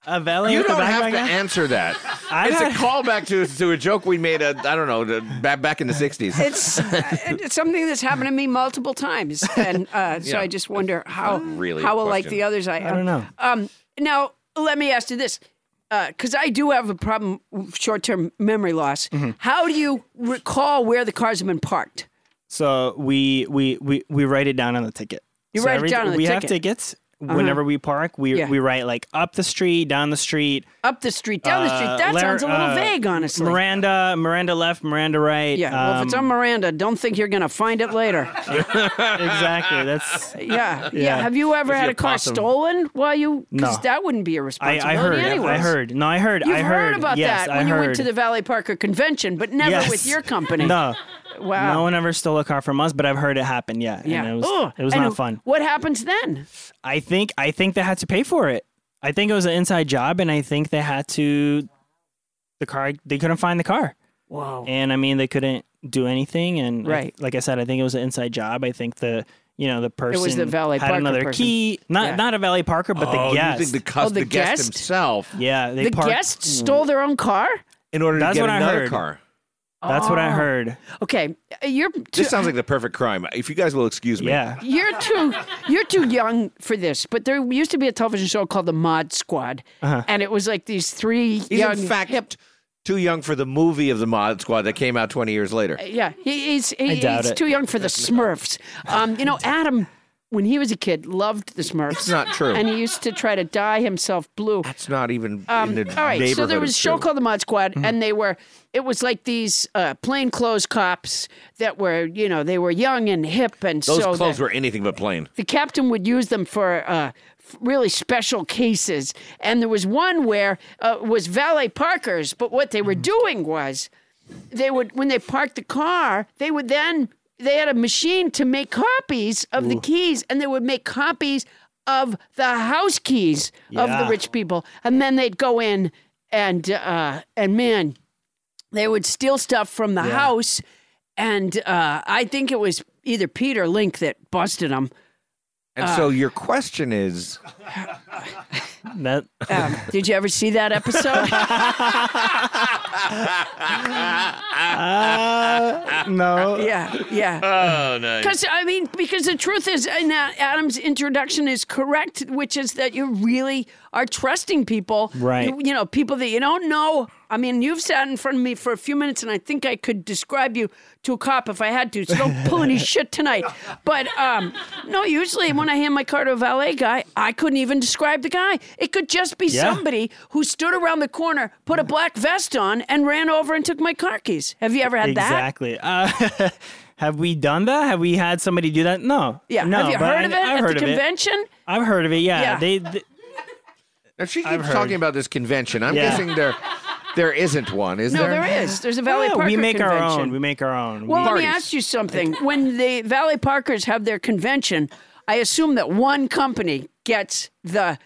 Speaker 7: A valet
Speaker 1: You
Speaker 7: with a
Speaker 1: don't have
Speaker 7: backpack
Speaker 1: to
Speaker 7: on?
Speaker 1: answer that.
Speaker 7: I've
Speaker 1: it's
Speaker 7: had-
Speaker 1: a callback to to a joke we made. uh, I don't know the- back back in the sixties.
Speaker 2: It's uh, it's something that's happened to me multiple times, and uh, so I just wonder how
Speaker 1: really a
Speaker 2: how like
Speaker 1: question.
Speaker 2: the others I am.
Speaker 7: I don't know.
Speaker 2: Um, now, let me ask you this, because I do have a problem with short-term memory loss. How do you recall where the cars have been parked?
Speaker 7: So we we we we write it down on the ticket. You
Speaker 2: write it down on the
Speaker 7: We have
Speaker 2: ticket. Uh-huh.
Speaker 7: tickets. whenever we park, we
Speaker 2: Yeah.
Speaker 7: we write like up the street, down the street.
Speaker 2: Up the street, down the
Speaker 7: uh,
Speaker 2: street. That
Speaker 7: Lar-
Speaker 2: sounds a little
Speaker 7: uh,
Speaker 2: vague, honestly.
Speaker 7: Miranda, Miranda left, Miranda right.
Speaker 2: yeah. well, if it's on
Speaker 7: um,
Speaker 2: Miranda, don't think you're going to find it later.
Speaker 7: exactly. That's
Speaker 2: yeah, yeah.
Speaker 7: Yeah.
Speaker 2: Have you ever
Speaker 8: If
Speaker 2: had
Speaker 8: you're
Speaker 2: a car
Speaker 8: possum.
Speaker 2: stolen while you? Because
Speaker 7: No.
Speaker 2: that wouldn't be a
Speaker 7: I,
Speaker 2: responsibility
Speaker 7: I heard.
Speaker 2: anyways.
Speaker 7: I heard. No, I heard.
Speaker 2: You've
Speaker 7: I heard,
Speaker 2: about
Speaker 7: yes,
Speaker 2: that
Speaker 7: I
Speaker 2: when you went
Speaker 7: heard.
Speaker 2: to the Valley Parker convention, but never
Speaker 7: Yes.
Speaker 2: with your company.
Speaker 7: No,
Speaker 2: Wow.
Speaker 7: no one ever stole a car from us, but I've heard it happen. Yeah, and
Speaker 2: yeah.
Speaker 7: it was
Speaker 2: Ugh.
Speaker 7: it was
Speaker 2: And
Speaker 7: not fun.
Speaker 2: What happens then?
Speaker 7: I think I think they had to pay for it. I think it was an inside job, and I think they had to the car. They couldn't find the car,
Speaker 2: Whoa.
Speaker 7: and I mean they couldn't do anything. And I-
Speaker 2: Right.
Speaker 7: like I said, I think it was an inside job. I think the you know the person
Speaker 2: was the valet
Speaker 7: had
Speaker 2: parker
Speaker 7: another
Speaker 2: person.
Speaker 7: key, not
Speaker 2: Yeah.
Speaker 7: not a valet parker, but
Speaker 1: oh,
Speaker 7: the
Speaker 1: you
Speaker 7: guest.
Speaker 1: think the, cus-
Speaker 2: Oh, the
Speaker 1: the guest,
Speaker 2: guest?
Speaker 1: himself
Speaker 7: yeah, they
Speaker 2: the
Speaker 7: parked
Speaker 2: guests stole their own car.
Speaker 1: in order to
Speaker 7: That's
Speaker 1: get
Speaker 7: what I
Speaker 1: another
Speaker 7: heard.
Speaker 1: car.
Speaker 7: That's
Speaker 2: Oh.
Speaker 7: what I heard.
Speaker 2: Okay, uh, you're too,
Speaker 1: This sounds like the perfect crime. If you guys will excuse me.
Speaker 7: Yeah.
Speaker 2: you're too you're too young for this. But there used to be a television show called The Mod Squad,
Speaker 7: Uh-huh.
Speaker 2: and it was like these three
Speaker 1: He's
Speaker 2: young
Speaker 1: in fact
Speaker 2: hip.
Speaker 1: too young for the movie of the Mod Squad that came out 20 years later.
Speaker 2: Yeah, he, he's he,
Speaker 7: doubt
Speaker 2: he's
Speaker 7: it.
Speaker 2: too young for the Smurfs. Um, you know, Adam when he was a kid loved the Smurfs.
Speaker 1: It's not true.
Speaker 2: and he used to try to dye himself blue.
Speaker 1: It's not even in
Speaker 2: Um,
Speaker 1: the
Speaker 2: all right,
Speaker 1: neighborhood.
Speaker 2: so there was a
Speaker 1: of
Speaker 2: show
Speaker 1: true.
Speaker 2: called The Mod Squad,
Speaker 1: Mm-hmm.
Speaker 2: and they were, it was like these uh, plainclothes cops that were, you know, they were young and hip, and
Speaker 1: Those
Speaker 2: so
Speaker 1: clothes
Speaker 2: the,
Speaker 1: were anything but plain.
Speaker 2: the captain would use them for uh, f- really special cases. And there was one where uh, it was valet parkers, but what they were doing was they would, when they parked the car, they would then, they had a machine to make copies of the keys, and they would make copies of the house keys of the
Speaker 7: Yeah.
Speaker 2: rich people, and then they'd go in and uh, and man, they would steal stuff from the house. And uh, I think it was either Pete or Link that busted them.
Speaker 1: And so your question is,
Speaker 7: That
Speaker 2: Um, did you ever see that episode? uh,
Speaker 7: no.
Speaker 2: yeah, yeah. Oh, nice. Because I mean, because the truth is, and that Adam's introduction is correct, which is that you really are trusting people,
Speaker 7: Right.
Speaker 2: You, you know, people that you don't know. I mean, you've sat in front of me for a few minutes, and I think I could describe you to a cop if I had to. So don't pull any shit tonight. But um, no, usually when I hand my car to a valet guy, I couldn't even describe the guy. It could just be
Speaker 7: Yeah.
Speaker 2: somebody who stood around the corner, put a black vest on, and ran over and took my car keys. Have you ever had that?
Speaker 7: Exactly. Uh, have we done that? Have we had somebody do that? No.
Speaker 2: Yeah.
Speaker 7: No,
Speaker 2: Have you
Speaker 7: but
Speaker 2: heard
Speaker 7: I-
Speaker 2: of it
Speaker 7: I've
Speaker 2: at
Speaker 7: heard
Speaker 2: the
Speaker 7: of it.
Speaker 2: convention?
Speaker 7: I've heard of it. Yeah.
Speaker 2: Yeah.
Speaker 7: They, th-
Speaker 1: now she
Speaker 7: I've
Speaker 1: keeps
Speaker 7: heard.
Speaker 1: talking about this convention. I'm
Speaker 7: Yeah.
Speaker 1: guessing there, there isn't one, is
Speaker 2: No,
Speaker 1: there?
Speaker 2: Oh, there is. There's a Valley
Speaker 7: yeah,
Speaker 2: Parker
Speaker 7: we make
Speaker 2: convention.
Speaker 7: our own. We make our own.
Speaker 2: well,
Speaker 7: we,
Speaker 2: let me ask you something. When the Valley Parkers have their convention, I assume that one company gets the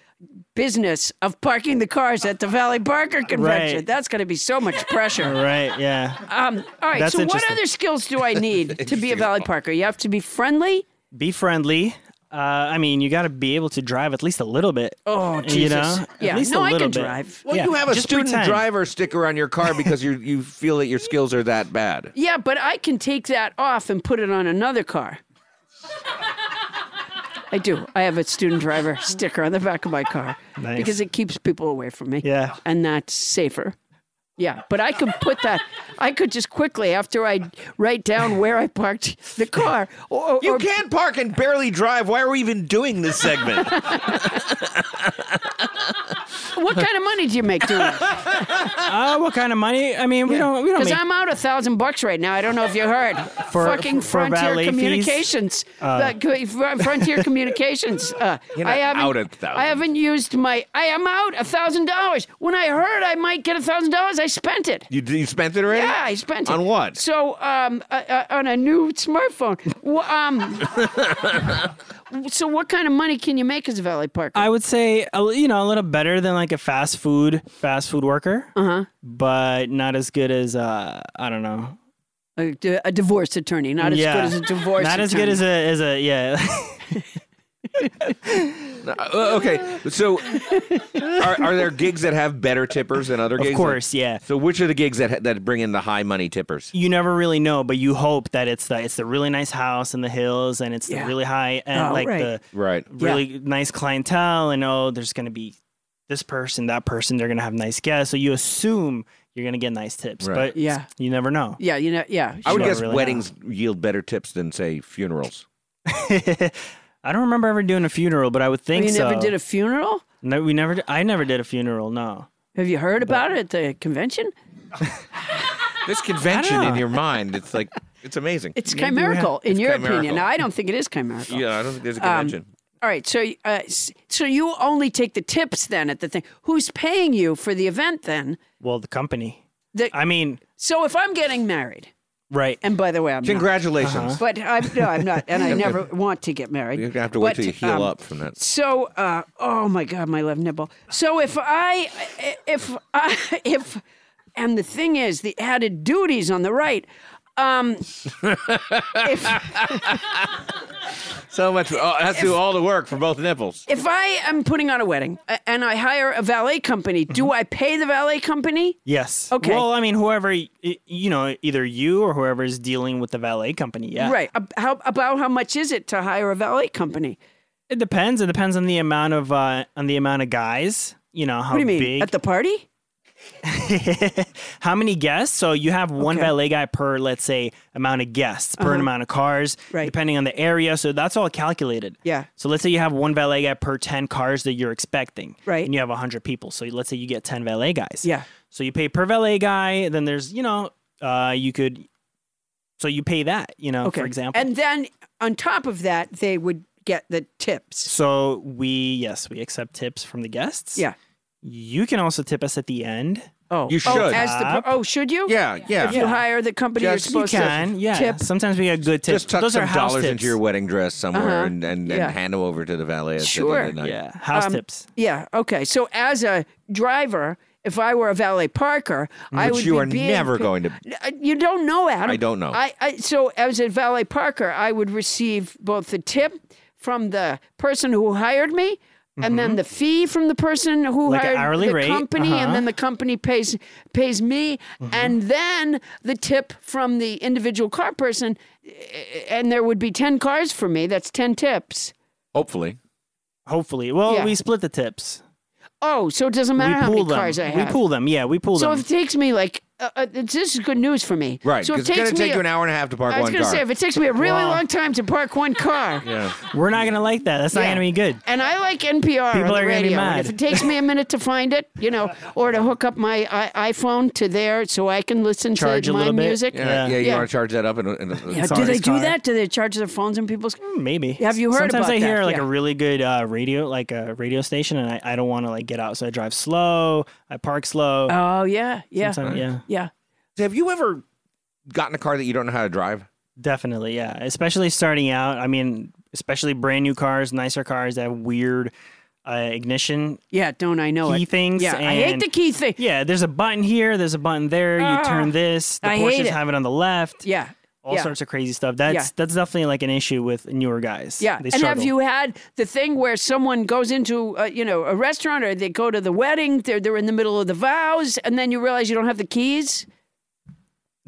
Speaker 2: business of parking the cars at the Valley Parker convention.
Speaker 7: Right.
Speaker 2: That's going to be so much pressure.
Speaker 7: right. Yeah.
Speaker 2: Um, all right.
Speaker 7: That's
Speaker 2: so, what
Speaker 7: interesting.
Speaker 2: other skills do I need to be a Valley Parker? You have to be friendly.
Speaker 7: Be friendly. Uh, I mean, you got to be able to drive at least a little bit.
Speaker 2: Oh,
Speaker 7: You
Speaker 2: Jesus.
Speaker 7: know?
Speaker 2: Yeah.
Speaker 7: At least
Speaker 2: No,
Speaker 7: a
Speaker 2: I
Speaker 7: little
Speaker 2: can
Speaker 7: bit.
Speaker 2: drive.
Speaker 1: Well,
Speaker 7: Yeah,
Speaker 1: you have a
Speaker 7: just
Speaker 1: student
Speaker 7: pretend.
Speaker 1: driver sticker on your car because you you feel that your skills are that bad.
Speaker 2: Yeah, but I can take that off and put it on another car. I do. I have a student driver sticker on the back of my car
Speaker 7: Nice.
Speaker 2: because it keeps people away from me.
Speaker 7: Yeah.
Speaker 2: And that's safer. Yeah, but I could put that. I could just quickly after I write down where I parked the car. Or,
Speaker 1: You
Speaker 2: or-
Speaker 1: can park and barely drive. Why are we even doing this segment?
Speaker 2: what kind of money do you make doing it?
Speaker 7: Uh, what kind of money? I mean, we don't. We don't
Speaker 2: Because
Speaker 7: make.
Speaker 2: I'm out a thousand bucks right now. I don't know if you heard.
Speaker 7: For-
Speaker 2: Fucking
Speaker 7: for
Speaker 2: Frontier
Speaker 7: valet fees? Uh.
Speaker 2: Communications. The- Frontier Communications. Uh,
Speaker 1: You're not
Speaker 2: I haven't.
Speaker 1: out at 1,000.
Speaker 2: I haven't used my. I am out a thousand dollars. When I heard I might get a thousand dollars, I spent it.
Speaker 1: you, you spent it already?
Speaker 2: Yeah, I spent it
Speaker 1: On what?
Speaker 2: So, um, uh, uh, on a new smartphone. Well, um, so what kind of money can you make as a valet
Speaker 1: Uh,
Speaker 2: parker?
Speaker 7: I would say, a li- you know, a little better than like a fast food fast food worker, uh-huh. but not as good as uh, I don't know.
Speaker 2: a, di- a divorce attorney, not as
Speaker 7: yeah,
Speaker 2: good as a divorce.
Speaker 7: Not as good
Speaker 2: attorney.
Speaker 7: as a as a yeah.
Speaker 1: Uh, okay, so are, are there gigs that have better tippers than other gigs?
Speaker 7: of course, yeah.
Speaker 1: So which are the gigs that that bring in the high money tippers?
Speaker 7: you never really know, but you hope that it's the it's the really nice house in the hills and it's
Speaker 2: Yeah.
Speaker 7: the really high and
Speaker 2: Oh,
Speaker 7: like
Speaker 2: right.
Speaker 7: the
Speaker 1: Right.
Speaker 7: really nice clientele and oh there's gonna be this person, that person, they're gonna have nice guests. So you assume you're gonna get nice tips.
Speaker 1: Right.
Speaker 7: But
Speaker 2: Yeah.
Speaker 7: you never know.
Speaker 2: yeah, you know, yeah.
Speaker 1: I would
Speaker 7: Sure,
Speaker 1: guess
Speaker 7: really
Speaker 1: weddings yield better tips than say funerals.
Speaker 7: I I don't remember ever doing a funeral, but I would think
Speaker 2: You
Speaker 7: so.
Speaker 2: never did a funeral?
Speaker 7: No, we never. Did, I never did a funeral. No.
Speaker 2: Have you heard about it at the convention?
Speaker 1: This convention in
Speaker 7: know.
Speaker 1: your mind, it's like it's amazing.
Speaker 2: It's chimerical, in your opinion.
Speaker 1: chimerical.
Speaker 2: Now, I don't think it is chimerical.
Speaker 1: yeah, I don't think there's a
Speaker 2: Um,
Speaker 1: convention.
Speaker 2: All right, so uh, s- so you only take the tips then at the thing. Who's paying you for the event then?
Speaker 7: Well, the company.
Speaker 2: The-
Speaker 7: I mean,
Speaker 2: So if I'm getting married,
Speaker 7: right.
Speaker 2: and by the way, I'm not.
Speaker 1: Congratulations.
Speaker 2: but I'm, no, I'm not, and I never want to get married.
Speaker 1: You're gonna have to wait
Speaker 2: But,
Speaker 1: till you heal
Speaker 2: um,
Speaker 1: up from that.
Speaker 2: So, uh, oh my God, my left nipple. So if I, if I, if, and the thing is, the added duties on the right. Um, if
Speaker 1: So much. Oh, that's do all the work for both nipples.
Speaker 2: if I am putting on a wedding uh, and I hire a valet company,
Speaker 7: Mm-hmm.
Speaker 2: do I pay the valet company?
Speaker 7: Yes.
Speaker 2: Okay.
Speaker 7: Well, I mean, whoever y- y- you know, either you or whoever is dealing with the valet company. Yeah.
Speaker 2: Right. Ab- How about how much is it to hire a valet company?
Speaker 7: It depends. It depends on the amount of uh on the amount of guys. You know how
Speaker 2: What do you mean
Speaker 7: big
Speaker 2: at the party?
Speaker 7: how many guests? So you have one
Speaker 2: Okay. Uh-huh.
Speaker 7: valet guy per, let's say, amount of guests, per an amount of cars,
Speaker 2: Right.
Speaker 7: depending on the area. So that's all calculated.
Speaker 2: Yeah.
Speaker 7: So let's say you have one valet guy per 10 cars that you're expecting.
Speaker 2: Right.
Speaker 7: And you have 100 people. So let's say you get 10 valet guys.
Speaker 2: Yeah.
Speaker 7: So you pay per valet guy. Then there's, you know, uh, you could, so you pay that, you know,
Speaker 2: Okay.
Speaker 7: for example.
Speaker 2: And then on top of that, they would get the tips.
Speaker 7: so we, yes, we accept tips from the guests.
Speaker 2: Yeah.
Speaker 7: You can also tip us at the end.
Speaker 2: Oh,
Speaker 1: You
Speaker 2: Oh,
Speaker 1: should.
Speaker 2: as the par- oh, should you?
Speaker 1: Yeah, yeah.
Speaker 2: If you hire the company,
Speaker 1: Yes, you
Speaker 7: You
Speaker 2: you're supposed
Speaker 7: can,
Speaker 2: to
Speaker 7: yeah.
Speaker 2: tip.
Speaker 7: Sometimes we get good tips.
Speaker 1: Just tuck
Speaker 7: Those are
Speaker 1: some
Speaker 7: house
Speaker 1: dollars
Speaker 7: tips.
Speaker 1: into your wedding dress somewhere
Speaker 2: Uh-huh.
Speaker 1: and, and,
Speaker 2: Yeah.
Speaker 1: and hand them over to the valet. at the end of
Speaker 2: Sure.
Speaker 1: the night.
Speaker 7: Yeah, house
Speaker 2: Um,
Speaker 7: tips.
Speaker 2: Yeah. Okay. So as a driver, if I were a valet parker, I
Speaker 1: Which
Speaker 2: would.
Speaker 1: you
Speaker 2: be
Speaker 1: are
Speaker 2: being
Speaker 1: never
Speaker 2: pa-
Speaker 1: going to.
Speaker 2: N- Uh, You don't know, Adam.
Speaker 1: I don't know.
Speaker 2: I, I so as a valet parker, I would receive both the tip from the person who hired me, and then the fee from the person who
Speaker 7: Mm-hmm. Like an
Speaker 2: hired
Speaker 7: hourly
Speaker 2: the
Speaker 7: rate,
Speaker 2: company,
Speaker 7: uh-huh. Mm-hmm.
Speaker 2: and then the company pays pays me, and then the tip from the individual car person, eh, and there would be ten cars for me. That's ten tips.
Speaker 1: Hopefully,
Speaker 7: Hopefully, well,
Speaker 2: Yeah.
Speaker 7: we split the tips.
Speaker 2: Oh, so it doesn't matter
Speaker 7: we
Speaker 2: how
Speaker 7: pool
Speaker 2: many
Speaker 7: them.
Speaker 2: cars I have.
Speaker 7: We pool them. Yeah, we pool
Speaker 2: So
Speaker 7: them.
Speaker 2: if it takes me like uh, uh, this is good news for me.
Speaker 1: right?
Speaker 2: So
Speaker 1: 'cause
Speaker 2: if it
Speaker 1: it's going
Speaker 2: takes
Speaker 1: to
Speaker 2: me
Speaker 1: take you an hour and a half to park
Speaker 2: I was
Speaker 1: one
Speaker 2: gonna
Speaker 1: car.
Speaker 2: say if it takes me a really long time to park one car.
Speaker 1: yeah.
Speaker 7: We're not gonna like that. That's not
Speaker 2: Yeah.
Speaker 7: gonna be good.
Speaker 2: And I like NPR on
Speaker 7: People
Speaker 2: the
Speaker 7: are gonna be
Speaker 2: radio. and
Speaker 7: mad.
Speaker 2: if it takes me a minute to find it, you know, or to hook up my I- iPhone to there so I can listen
Speaker 7: Charge
Speaker 2: to
Speaker 7: a
Speaker 2: my
Speaker 7: little bit.
Speaker 2: music.
Speaker 1: Yeah, yeah, you
Speaker 2: Yeah.
Speaker 1: want to charge that up and, and
Speaker 2: Yeah,
Speaker 7: It's
Speaker 2: do
Speaker 7: on
Speaker 2: they
Speaker 7: his
Speaker 2: do
Speaker 7: car.
Speaker 2: that? Do they charge their phones in people's?
Speaker 7: Maybe.
Speaker 2: Have you heard
Speaker 7: Sometimes
Speaker 2: about
Speaker 7: I hear
Speaker 2: that?
Speaker 7: like
Speaker 2: Yeah.
Speaker 7: a really good uh, radio, like a radio station, and I, I don't want to like get out, so I drive slow. I park slow.
Speaker 2: Oh yeah, yeah,
Speaker 7: Sometime- yeah,
Speaker 2: yeah.
Speaker 1: Have you ever gotten a car that you don't know how to drive?
Speaker 7: definitely. Yeah, especially starting out. I mean, especially brand new cars, nicer cars that have weird uh, ignition
Speaker 2: Yeah, don't I know
Speaker 7: key
Speaker 2: it?
Speaker 7: things.
Speaker 2: Yeah, I hate
Speaker 7: and-
Speaker 2: the key thing.
Speaker 7: Yeah, there's a button here. There's a button there.
Speaker 2: Ah,
Speaker 7: you turn this. The
Speaker 2: I hate
Speaker 7: Porsches
Speaker 2: it.
Speaker 7: have it on the left.
Speaker 2: Yeah,
Speaker 7: all
Speaker 2: yeah.
Speaker 7: sorts of crazy stuff. That's
Speaker 2: Yeah.
Speaker 7: that's definitely like an issue with newer guys.
Speaker 2: Yeah,
Speaker 7: they
Speaker 2: and have
Speaker 7: struggle.
Speaker 2: you had the thing where someone goes into uh, you know a restaurant or they go to the wedding, they're they're in the middle of the vows, and then you realize you don't have the keys?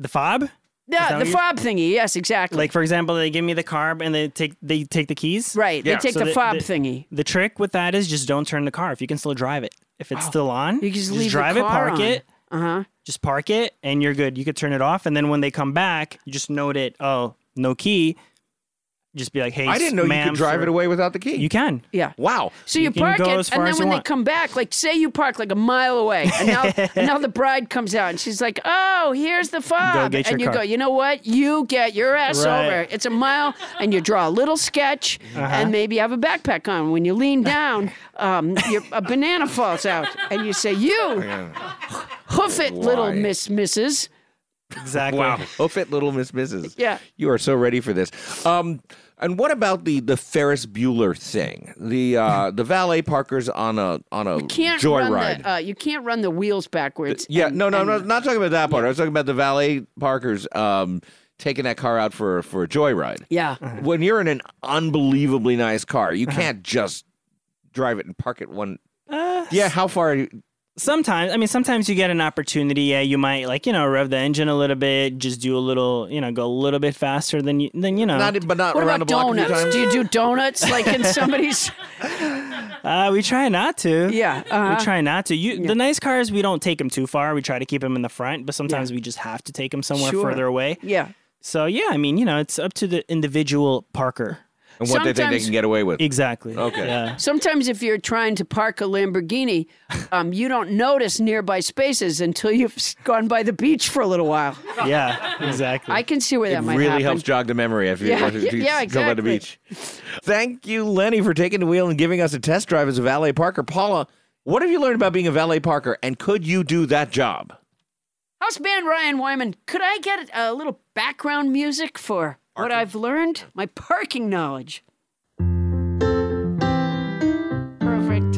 Speaker 7: the fob?
Speaker 2: Yeah,
Speaker 7: what
Speaker 2: the
Speaker 7: you-
Speaker 2: fob thingy. Yes, exactly.
Speaker 7: Like for example, they give me the car and they take they take the keys.
Speaker 2: right,
Speaker 1: yeah,
Speaker 2: they take
Speaker 7: so
Speaker 2: the,
Speaker 7: the-
Speaker 2: fob
Speaker 7: the-
Speaker 2: thingy.
Speaker 7: The trick with that is just don't turn the car if you can still drive it. If
Speaker 1: Oh.
Speaker 7: it's still on,
Speaker 2: You can just leave the
Speaker 7: drive
Speaker 2: car
Speaker 7: it, park
Speaker 2: on.
Speaker 7: it,
Speaker 2: Uh
Speaker 1: Uh-huh.
Speaker 2: huh.
Speaker 7: just park it, and you're good. You could turn it off, and then when they come back, you just note it. Oh, no key. Just be like, hey,
Speaker 1: I didn't know you
Speaker 7: ma'am,
Speaker 1: could drive
Speaker 7: sir.
Speaker 1: it away without the key.
Speaker 7: You can.
Speaker 2: Yeah.
Speaker 1: wow.
Speaker 2: So you,
Speaker 7: can
Speaker 2: park
Speaker 7: go
Speaker 2: it, and
Speaker 7: as far
Speaker 2: then
Speaker 7: as you
Speaker 2: when they
Speaker 7: want.
Speaker 2: come back, like say you park like a mile away, and now, and now the bride comes out and she's like, "Oh, here's the fob,"
Speaker 7: get
Speaker 2: and
Speaker 7: your
Speaker 2: you go,
Speaker 7: car.
Speaker 2: "You know what? You get your ass
Speaker 7: Right. Uh-huh.
Speaker 2: over. It's a mile, and you draw a little sketch, and maybe you have a backpack on. When you lean down, um, your, a banana falls out, and you say, "You hoof it, little
Speaker 1: Why?
Speaker 2: Miss Misses."
Speaker 7: Exactly.
Speaker 1: Wow. Hoof it, Oh, little Miss Mrs.
Speaker 2: Yeah.
Speaker 1: You are so ready for this. Um, and what about the the Ferris Bueller thing? The uh, the valet parkers on a on a
Speaker 2: Can't run
Speaker 1: joyride.
Speaker 2: the, uh, you can't run the wheels backwards.
Speaker 1: yeah,
Speaker 2: and-
Speaker 1: no, no,
Speaker 2: and-
Speaker 1: I'm not, not talking about that part. I was talking about the valet parkers um, taking that car out for for a joyride.
Speaker 2: Yeah.
Speaker 1: When you're in an unbelievably nice car, you
Speaker 2: Uh-huh.
Speaker 1: can't just drive it and park it one.
Speaker 2: Uh,
Speaker 1: yeah, how far? Are you,
Speaker 7: sometimes i mean sometimes you get an opportunity yeah you might like you know rev the engine a little bit just do a little you know go a little bit faster than you than you know
Speaker 1: not but not
Speaker 2: What
Speaker 1: around
Speaker 2: about
Speaker 1: the block. a few
Speaker 2: donuts?
Speaker 1: times?
Speaker 2: Do you do donuts like in somebody's?
Speaker 7: uh, we try not to
Speaker 2: Yeah, uh-huh.
Speaker 7: we try not to you the nice cars we don't take them too far we try to keep them in the front but sometimes we just have to take them somewhere
Speaker 2: Sure.
Speaker 7: further away
Speaker 2: Yeah.
Speaker 7: so yeah i mean you know it's up to the individual parker
Speaker 1: and what they think they
Speaker 3: sometimes-
Speaker 1: can get away with.
Speaker 7: Exactly.
Speaker 1: Okay.
Speaker 7: Yeah.
Speaker 2: Sometimes, if you're trying to park a Lamborghini, um, you don't notice nearby spaces until you've s- gone by the beach for a little while.
Speaker 7: Yeah. Exactly.
Speaker 2: I can see where that
Speaker 1: It
Speaker 2: might
Speaker 1: really
Speaker 2: happen.
Speaker 1: helps jog the memory after
Speaker 2: Yeah,
Speaker 1: you, if you
Speaker 2: yeah,
Speaker 1: go by the
Speaker 2: exactly.
Speaker 1: beach. Thank you, Lenny, for taking the wheel and giving us a test drive as a valet parker. Paula, what have you learned about being a valet parker, and could you do that job?
Speaker 2: House band Ryan Wyman, could I get a little background music for what I've learned? My parking knowledge. Perfect.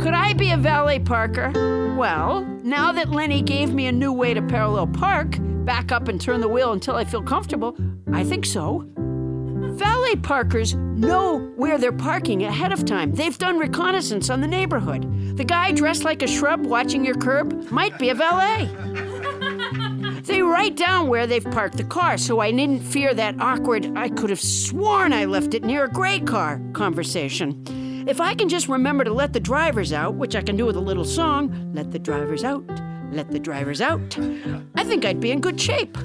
Speaker 2: Could I be a valet parker? Well, now that Lenny gave me a new way to parallel park, back up and turn the wheel until I feel comfortable, I think so. Valet parkers know where they're parking ahead of time. They've done reconnaissance on the neighborhood. The guy dressed like a shrub watching your curb might be a valet. They write down where they've parked the car, so I didn't fear that awkward, I could have sworn I left it near a gray car conversation. If I can just remember to let the drivers out, which I can do with a little song, let the drivers out, let the drivers out, I think I'd be in good shape.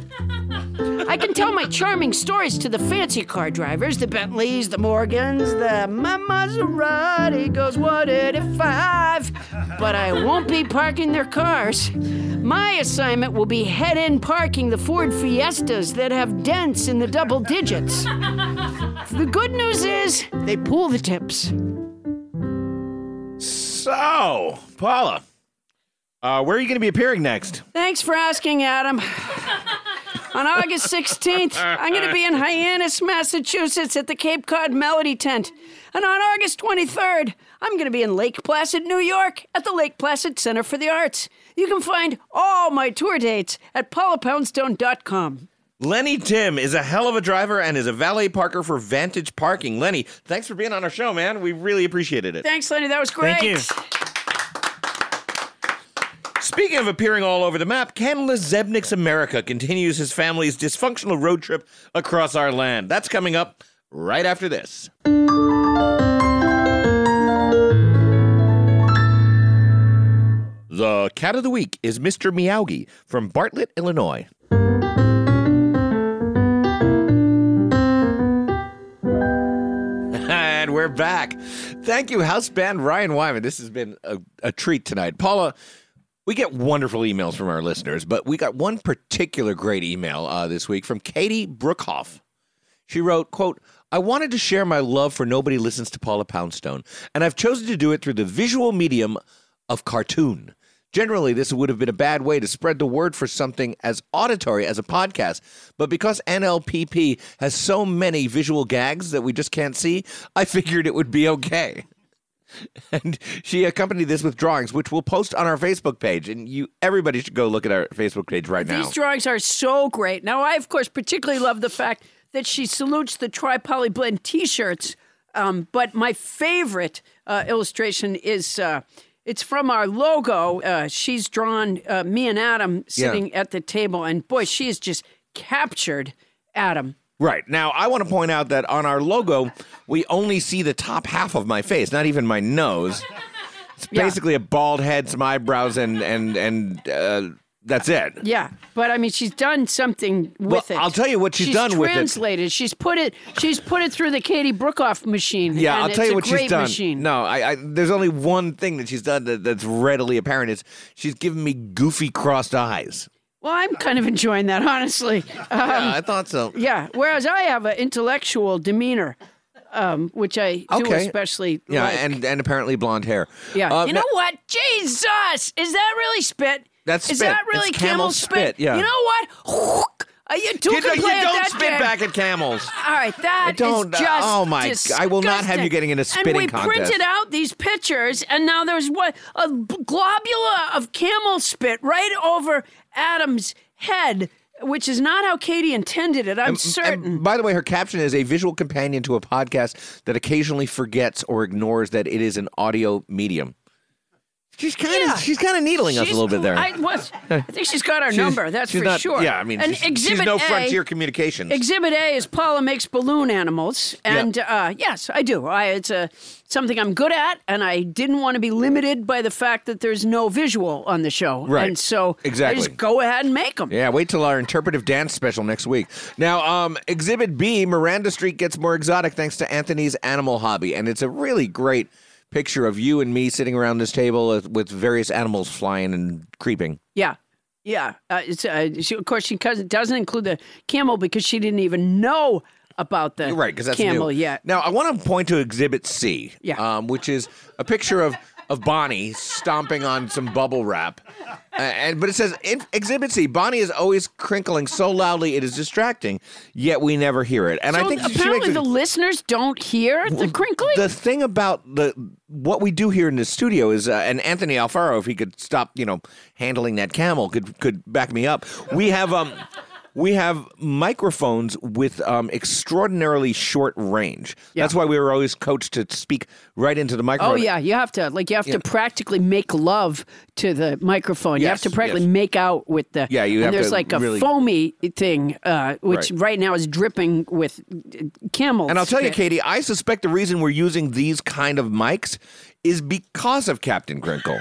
Speaker 2: I can tell my charming stories to the fancy car drivers, the Bentleys, the Morgans, the my Maserati goes 185. But I won't be parking their cars. My assignment will be head in parking the Ford Fiestas that have dents in the double digits. The good news is they pull the tips.
Speaker 1: So, Paula, uh, where are you going to be appearing next?
Speaker 2: Thanks for asking, Adam. On August 16th, I'm going to be in Hyannis, Massachusetts at the Cape Cod Melody Tent. And on August 23rd, I'm going to be in Lake Placid, New York at the Lake Placid Center for the Arts. You can find all my tour dates at paulapoundstone.com.
Speaker 1: Lenny Tim is a hell of a driver and is a valet parker for Vantage Parking. Lenny, thanks for being on our show, man. We really appreciated it.
Speaker 2: Thanks, Lenny. That was great.
Speaker 7: Thank you.
Speaker 1: Speaking of appearing all over the map, Ken Lezebnik's America continues his family's dysfunctional road trip across our land. That's coming up right after this. The cat of the week is Mr. Meowgi from Bartlett, Illinois. And we're back. Thank you, House Band Ryan Wyman. This has been a, a treat tonight. Paula, we get wonderful emails from our listeners, but we got one particular great email uh, this week from Katie Brookhoff. She wrote, quote, I wanted to share my love for Nobody Listens to Paula Poundstone, and I've chosen to do it through the visual medium of cartoon. Generally, this would have been a bad way to spread the word for something as auditory as a podcast, but because NLPP has so many visual gags that we just can't see, I figured it would be okay. And she accompanied this with drawings, which we'll post on our Facebook page. And you, everybody, should go look at our Facebook page right now.
Speaker 2: These drawings are so great. Now, I, of course, particularly love the fact that she salutes the tri poly blend t shirts. Um, but my favorite uh, illustration is uh, it's from our logo. Uh, she's drawn uh, me and Adam sitting at the table. And boy, she has just captured Adam.
Speaker 1: Right. Now, I want to point out that on our logo, we only see the top half of my face, not even my nose. It's
Speaker 2: Yeah.
Speaker 1: basically a bald head, some eyebrows, and and and uh, that's it.
Speaker 2: Yeah, but I mean, she's done something with it.
Speaker 1: I'll tell you what she's done with it.
Speaker 2: Translated. She's put it. She's put it through the Katie Brookoff machine.
Speaker 1: Yeah,
Speaker 2: and
Speaker 1: I'll tell
Speaker 2: it's
Speaker 1: you
Speaker 2: a
Speaker 1: what
Speaker 2: great
Speaker 1: she's done.
Speaker 2: Machine.
Speaker 1: No, I, I there's only one thing that she's done that, that's readily apparent is she's given me goofy crossed eyes.
Speaker 2: Well, I'm kind of enjoying that, honestly. Uh,
Speaker 1: yeah, I thought so.
Speaker 2: yeah. Whereas I have an intellectual demeanor, um, which I do
Speaker 1: Okay.
Speaker 2: especially
Speaker 1: Yeah,
Speaker 2: like.
Speaker 1: and and apparently blonde hair.
Speaker 2: yeah.
Speaker 1: Uh,
Speaker 2: you
Speaker 1: no-
Speaker 2: know what? Jesus, is that really spit?
Speaker 1: That's
Speaker 2: is
Speaker 1: spit.
Speaker 2: that really
Speaker 1: It's camel
Speaker 2: camel,
Speaker 1: spit, yeah.
Speaker 2: You know what? Are you two
Speaker 1: You,
Speaker 2: can
Speaker 1: don't-
Speaker 2: play
Speaker 1: you
Speaker 2: at
Speaker 1: don't
Speaker 2: that
Speaker 1: spit
Speaker 2: damn-
Speaker 1: back at camels.
Speaker 2: All right, that is
Speaker 1: don't-
Speaker 2: just
Speaker 1: oh my g- I will not have you
Speaker 2: disgusting.
Speaker 1: getting in a spitting
Speaker 2: And we
Speaker 1: contest.
Speaker 2: printed out these pictures, and now there's what a b- globula of camel spit right over Adam's head, which is not how Katie intended it. I'm certain.
Speaker 1: And by the way, her caption is a visual companion to a podcast that occasionally forgets or ignores that it is an audio medium. She's kind of she's kind of needling us a
Speaker 2: She's-
Speaker 1: little bit there.
Speaker 2: I, was, I think she's got our number. That's
Speaker 1: she's
Speaker 2: for
Speaker 1: not-
Speaker 2: sure.
Speaker 1: Yeah, I mean,
Speaker 2: and
Speaker 1: she's, she's
Speaker 2: exhibit
Speaker 1: no
Speaker 2: A,
Speaker 1: frontier communications.
Speaker 2: Exhibit A is Paula makes balloon animals, and uh, yes, I do. I, it's a something I'm good at, and I didn't want to be limited by the fact that there's no visual on the show.
Speaker 1: Right.
Speaker 2: and so
Speaker 1: Exactly.
Speaker 2: I just go ahead and make them.
Speaker 1: Yeah, wait till our interpretive dance special next week. Now, um, Exhibit B, Miranda Street gets more exotic thanks to Anthony's animal hobby, and it's a really great picture of you and me sitting around this table uh, with various animals flying and creeping.
Speaker 2: Yeah. Yeah. Uh, it's, uh, she, of course, she cous- doesn't include the camel because she didn't even know about the
Speaker 1: You're right, because that's
Speaker 2: camel
Speaker 1: new.
Speaker 2: yet.
Speaker 1: Now, I want to point to Exhibit C,
Speaker 2: Yeah.
Speaker 1: um, which is a picture of of Bonnie stomping on some bubble wrap, Uh, and but it says in Exhibit C, Bonnie is always crinkling so loudly it is distracting, yet we never hear it. And I
Speaker 2: So
Speaker 1: think she makes
Speaker 2: apparently
Speaker 1: it-
Speaker 2: the listeners don't hear the crinkling.
Speaker 1: The thing about the what we do here in the studio is, uh, and Anthony Alfaro, if he could stop, you know, handling that camel, could could back me up. We have um, we have microphones with um extraordinarily short range. That's why we were always coached to speak right into the microphone.
Speaker 2: Oh yeah, you have to like you have to practically make love to the microphone. you have
Speaker 1: Yes,
Speaker 2: to practically
Speaker 1: yes.
Speaker 2: make out with the
Speaker 1: Yeah, you
Speaker 2: and
Speaker 1: have
Speaker 2: there's
Speaker 1: to
Speaker 2: like a
Speaker 1: really-
Speaker 2: foamy thing, uh, which
Speaker 1: Right.
Speaker 2: right. now is dripping with uh, camel.
Speaker 1: And I'll tell you,
Speaker 2: spit.
Speaker 1: Katie, I suspect the reason we're using these kind of mics is because of Captain Crinkle.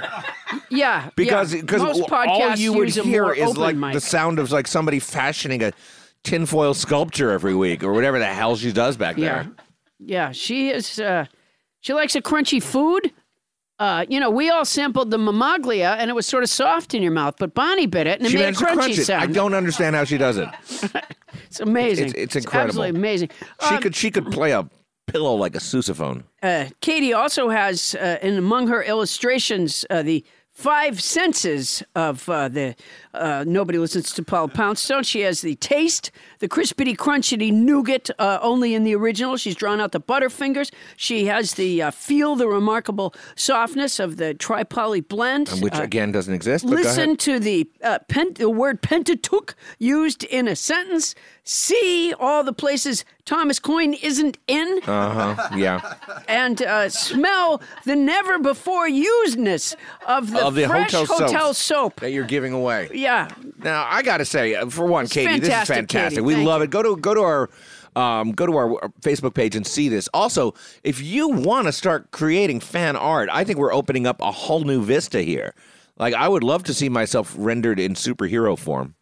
Speaker 2: yeah,
Speaker 1: because
Speaker 2: yeah.
Speaker 1: because
Speaker 2: Most
Speaker 1: all
Speaker 2: podcasts
Speaker 1: you would
Speaker 2: use a
Speaker 1: hear
Speaker 2: more
Speaker 1: is
Speaker 2: open
Speaker 1: like
Speaker 2: mic.
Speaker 1: the sound of like somebody fashioning a tinfoil sculpture every week or whatever the hell she does back
Speaker 2: Yeah.
Speaker 1: there.
Speaker 2: Yeah. She is, uh, she likes a crunchy food. Uh, you know, we all sampled the mamaglia and it was sort of soft in your mouth, but Bonnie bit it and it
Speaker 1: She
Speaker 2: made a
Speaker 1: managed to
Speaker 2: crunchy
Speaker 1: crunch it. I
Speaker 2: sound.
Speaker 1: don't understand how she does it.
Speaker 2: it's amazing.
Speaker 1: it's- it's incredible.
Speaker 2: absolutely amazing.
Speaker 1: She
Speaker 2: Um,
Speaker 1: could she could play a pillow like a sousaphone.
Speaker 2: uh, Katie also has, uh, and among her illustrations, uh, the five senses of uh, the uh, nobody listens to Paul Poundstone. She has the taste, the crispity crunchity nougat uh, only in the original. She's drawn out the butterfingers. She has the uh, feel, the remarkable softness of the tri-poly blend.
Speaker 1: Which
Speaker 2: Uh,
Speaker 1: again doesn't exist. But go
Speaker 2: Listen
Speaker 1: ahead.
Speaker 2: to the uh, pen, the word Pentateuch used in a sentence. See all the places Thomas Coyne isn't in
Speaker 1: Uh-huh. Yeah.
Speaker 2: and uh, smell the never before usedness of the,
Speaker 1: of the
Speaker 2: fresh
Speaker 1: hotel, soaps
Speaker 2: soap.
Speaker 1: that you're giving away.
Speaker 2: Yeah,
Speaker 1: Now I gotta say, uh, for one, Katie, this is
Speaker 2: fantastic,
Speaker 1: fantastic.
Speaker 2: Katie.
Speaker 1: we
Speaker 2: Thank
Speaker 1: love it. Go to go to our um, go to our our Facebook page and see this. Also, if you want to start creating fan art, I think we're opening up a whole new vista here. Like I would love to see myself rendered in superhero form.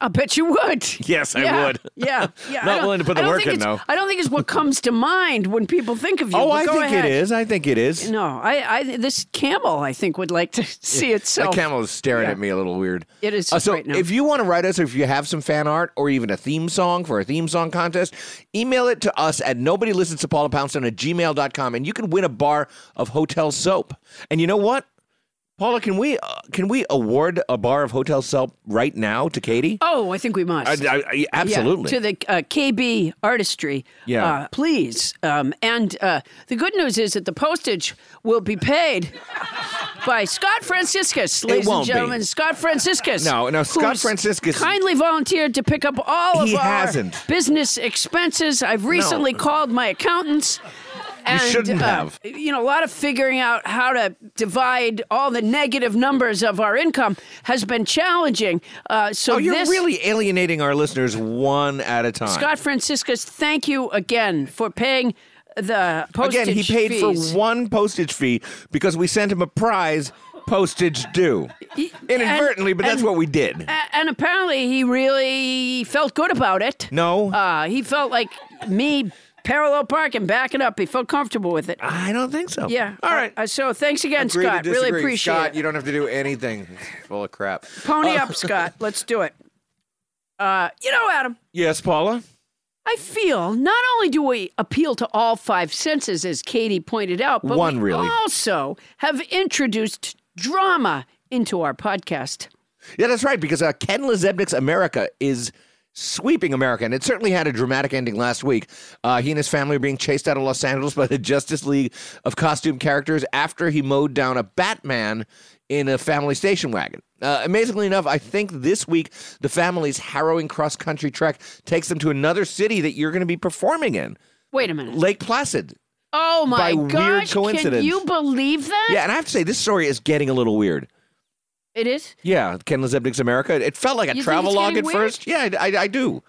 Speaker 2: I bet you would.
Speaker 1: Yes, I
Speaker 2: yeah,
Speaker 1: would.
Speaker 2: Yeah, yeah.
Speaker 1: Not
Speaker 2: I don't-
Speaker 1: willing to put the
Speaker 2: I don't
Speaker 1: work
Speaker 2: think
Speaker 1: in,
Speaker 2: it's-
Speaker 1: though.
Speaker 2: I don't think it's what comes to mind when people think of you.
Speaker 1: Oh,
Speaker 2: but
Speaker 1: I
Speaker 2: go
Speaker 1: think
Speaker 2: ahead.
Speaker 1: it is. I think it is.
Speaker 2: No, I, I this camel I think would like to see
Speaker 1: That
Speaker 2: itself.
Speaker 1: camel is staring at me a little weird.
Speaker 2: Oh, It is
Speaker 1: Uh, so,
Speaker 2: right now.
Speaker 1: if you want to write us, or if you have some fan art, or even a theme song for a theme song contest, email it to us at nobody listens to Paula Poundstone at gmail.com, and you can win a bar of hotel soap. And you know what, Paula, can we uh, can we award a bar of hotel soap right now to Katie?
Speaker 2: Oh, I think we must.
Speaker 1: I- I- I-
Speaker 2: Yeah,
Speaker 1: absolutely.
Speaker 2: to the uh, KB artistry.
Speaker 1: Yeah.
Speaker 2: Uh, please. Um, and uh, the good news is that the postage will be paid by Scott Franciscus, ladies and
Speaker 1: won't be.
Speaker 2: gentlemen. Scott Franciscus.
Speaker 1: No, no, Scott
Speaker 2: who's
Speaker 1: Franciscus-
Speaker 2: kindly volunteered to pick up all of
Speaker 1: He
Speaker 2: our
Speaker 1: hasn't.
Speaker 2: business expenses. I've recently called my accountants. And,
Speaker 1: shouldn't
Speaker 2: uh,
Speaker 1: have.
Speaker 2: you know, a lot of figuring out how to divide all the negative numbers of our income has been challenging. Uh, so
Speaker 1: oh, you're
Speaker 2: this,
Speaker 1: really alienating our listeners one at a time.
Speaker 2: Scott Franciscus, thank you Uh, again for paying the postage
Speaker 1: Again, he paid
Speaker 2: fees.
Speaker 1: for one postage fee because we sent him a prize postage due. Inadvertently, but that's
Speaker 2: and-
Speaker 1: what we did.
Speaker 2: A- and apparently, he really felt good about it.
Speaker 1: No.
Speaker 2: Uh, he felt like me parallel parking, backing up. He felt comfortable with it.
Speaker 1: I don't think so.
Speaker 2: Yeah.
Speaker 1: All right.
Speaker 2: Uh, so thanks again,
Speaker 1: Agree to
Speaker 2: Scott. Really
Speaker 1: disagree.
Speaker 2: appreciate
Speaker 1: Scott,
Speaker 2: it.
Speaker 1: you don't have to do anything. Full of crap.
Speaker 2: Pony up, Scott. Let's do it. Uh, you know, Adam.
Speaker 1: Yes, Paula?
Speaker 2: I feel not only do we appeal to all five senses, as Katie pointed out, but
Speaker 1: One,
Speaker 2: we
Speaker 1: really.
Speaker 2: also have introduced drama into our podcast.
Speaker 1: Yeah, that's right, because uh, Ken Lezebnik's America is sweeping America, and it certainly had a dramatic ending last week. Uh, he and his family were being chased out of Los Angeles by the Justice League of costume characters after he mowed down a Batman in a family station wagon. Uh, amazingly enough, I think this week the family's harrowing cross country trek takes them to another city that you're going to be performing in
Speaker 2: Wait a minute.
Speaker 1: Lake Placid.
Speaker 2: Oh my
Speaker 1: by weird
Speaker 2: gosh!
Speaker 1: coincidence.
Speaker 2: Can you believe that?
Speaker 1: Yeah, and I have to say, this story is getting a little weird.
Speaker 2: It is.
Speaker 1: Yeah, Ken Lezebnik's America. It felt like a
Speaker 2: You think
Speaker 1: travel
Speaker 2: it's
Speaker 1: log at
Speaker 2: getting weird?
Speaker 1: first. Yeah, I, I, I do.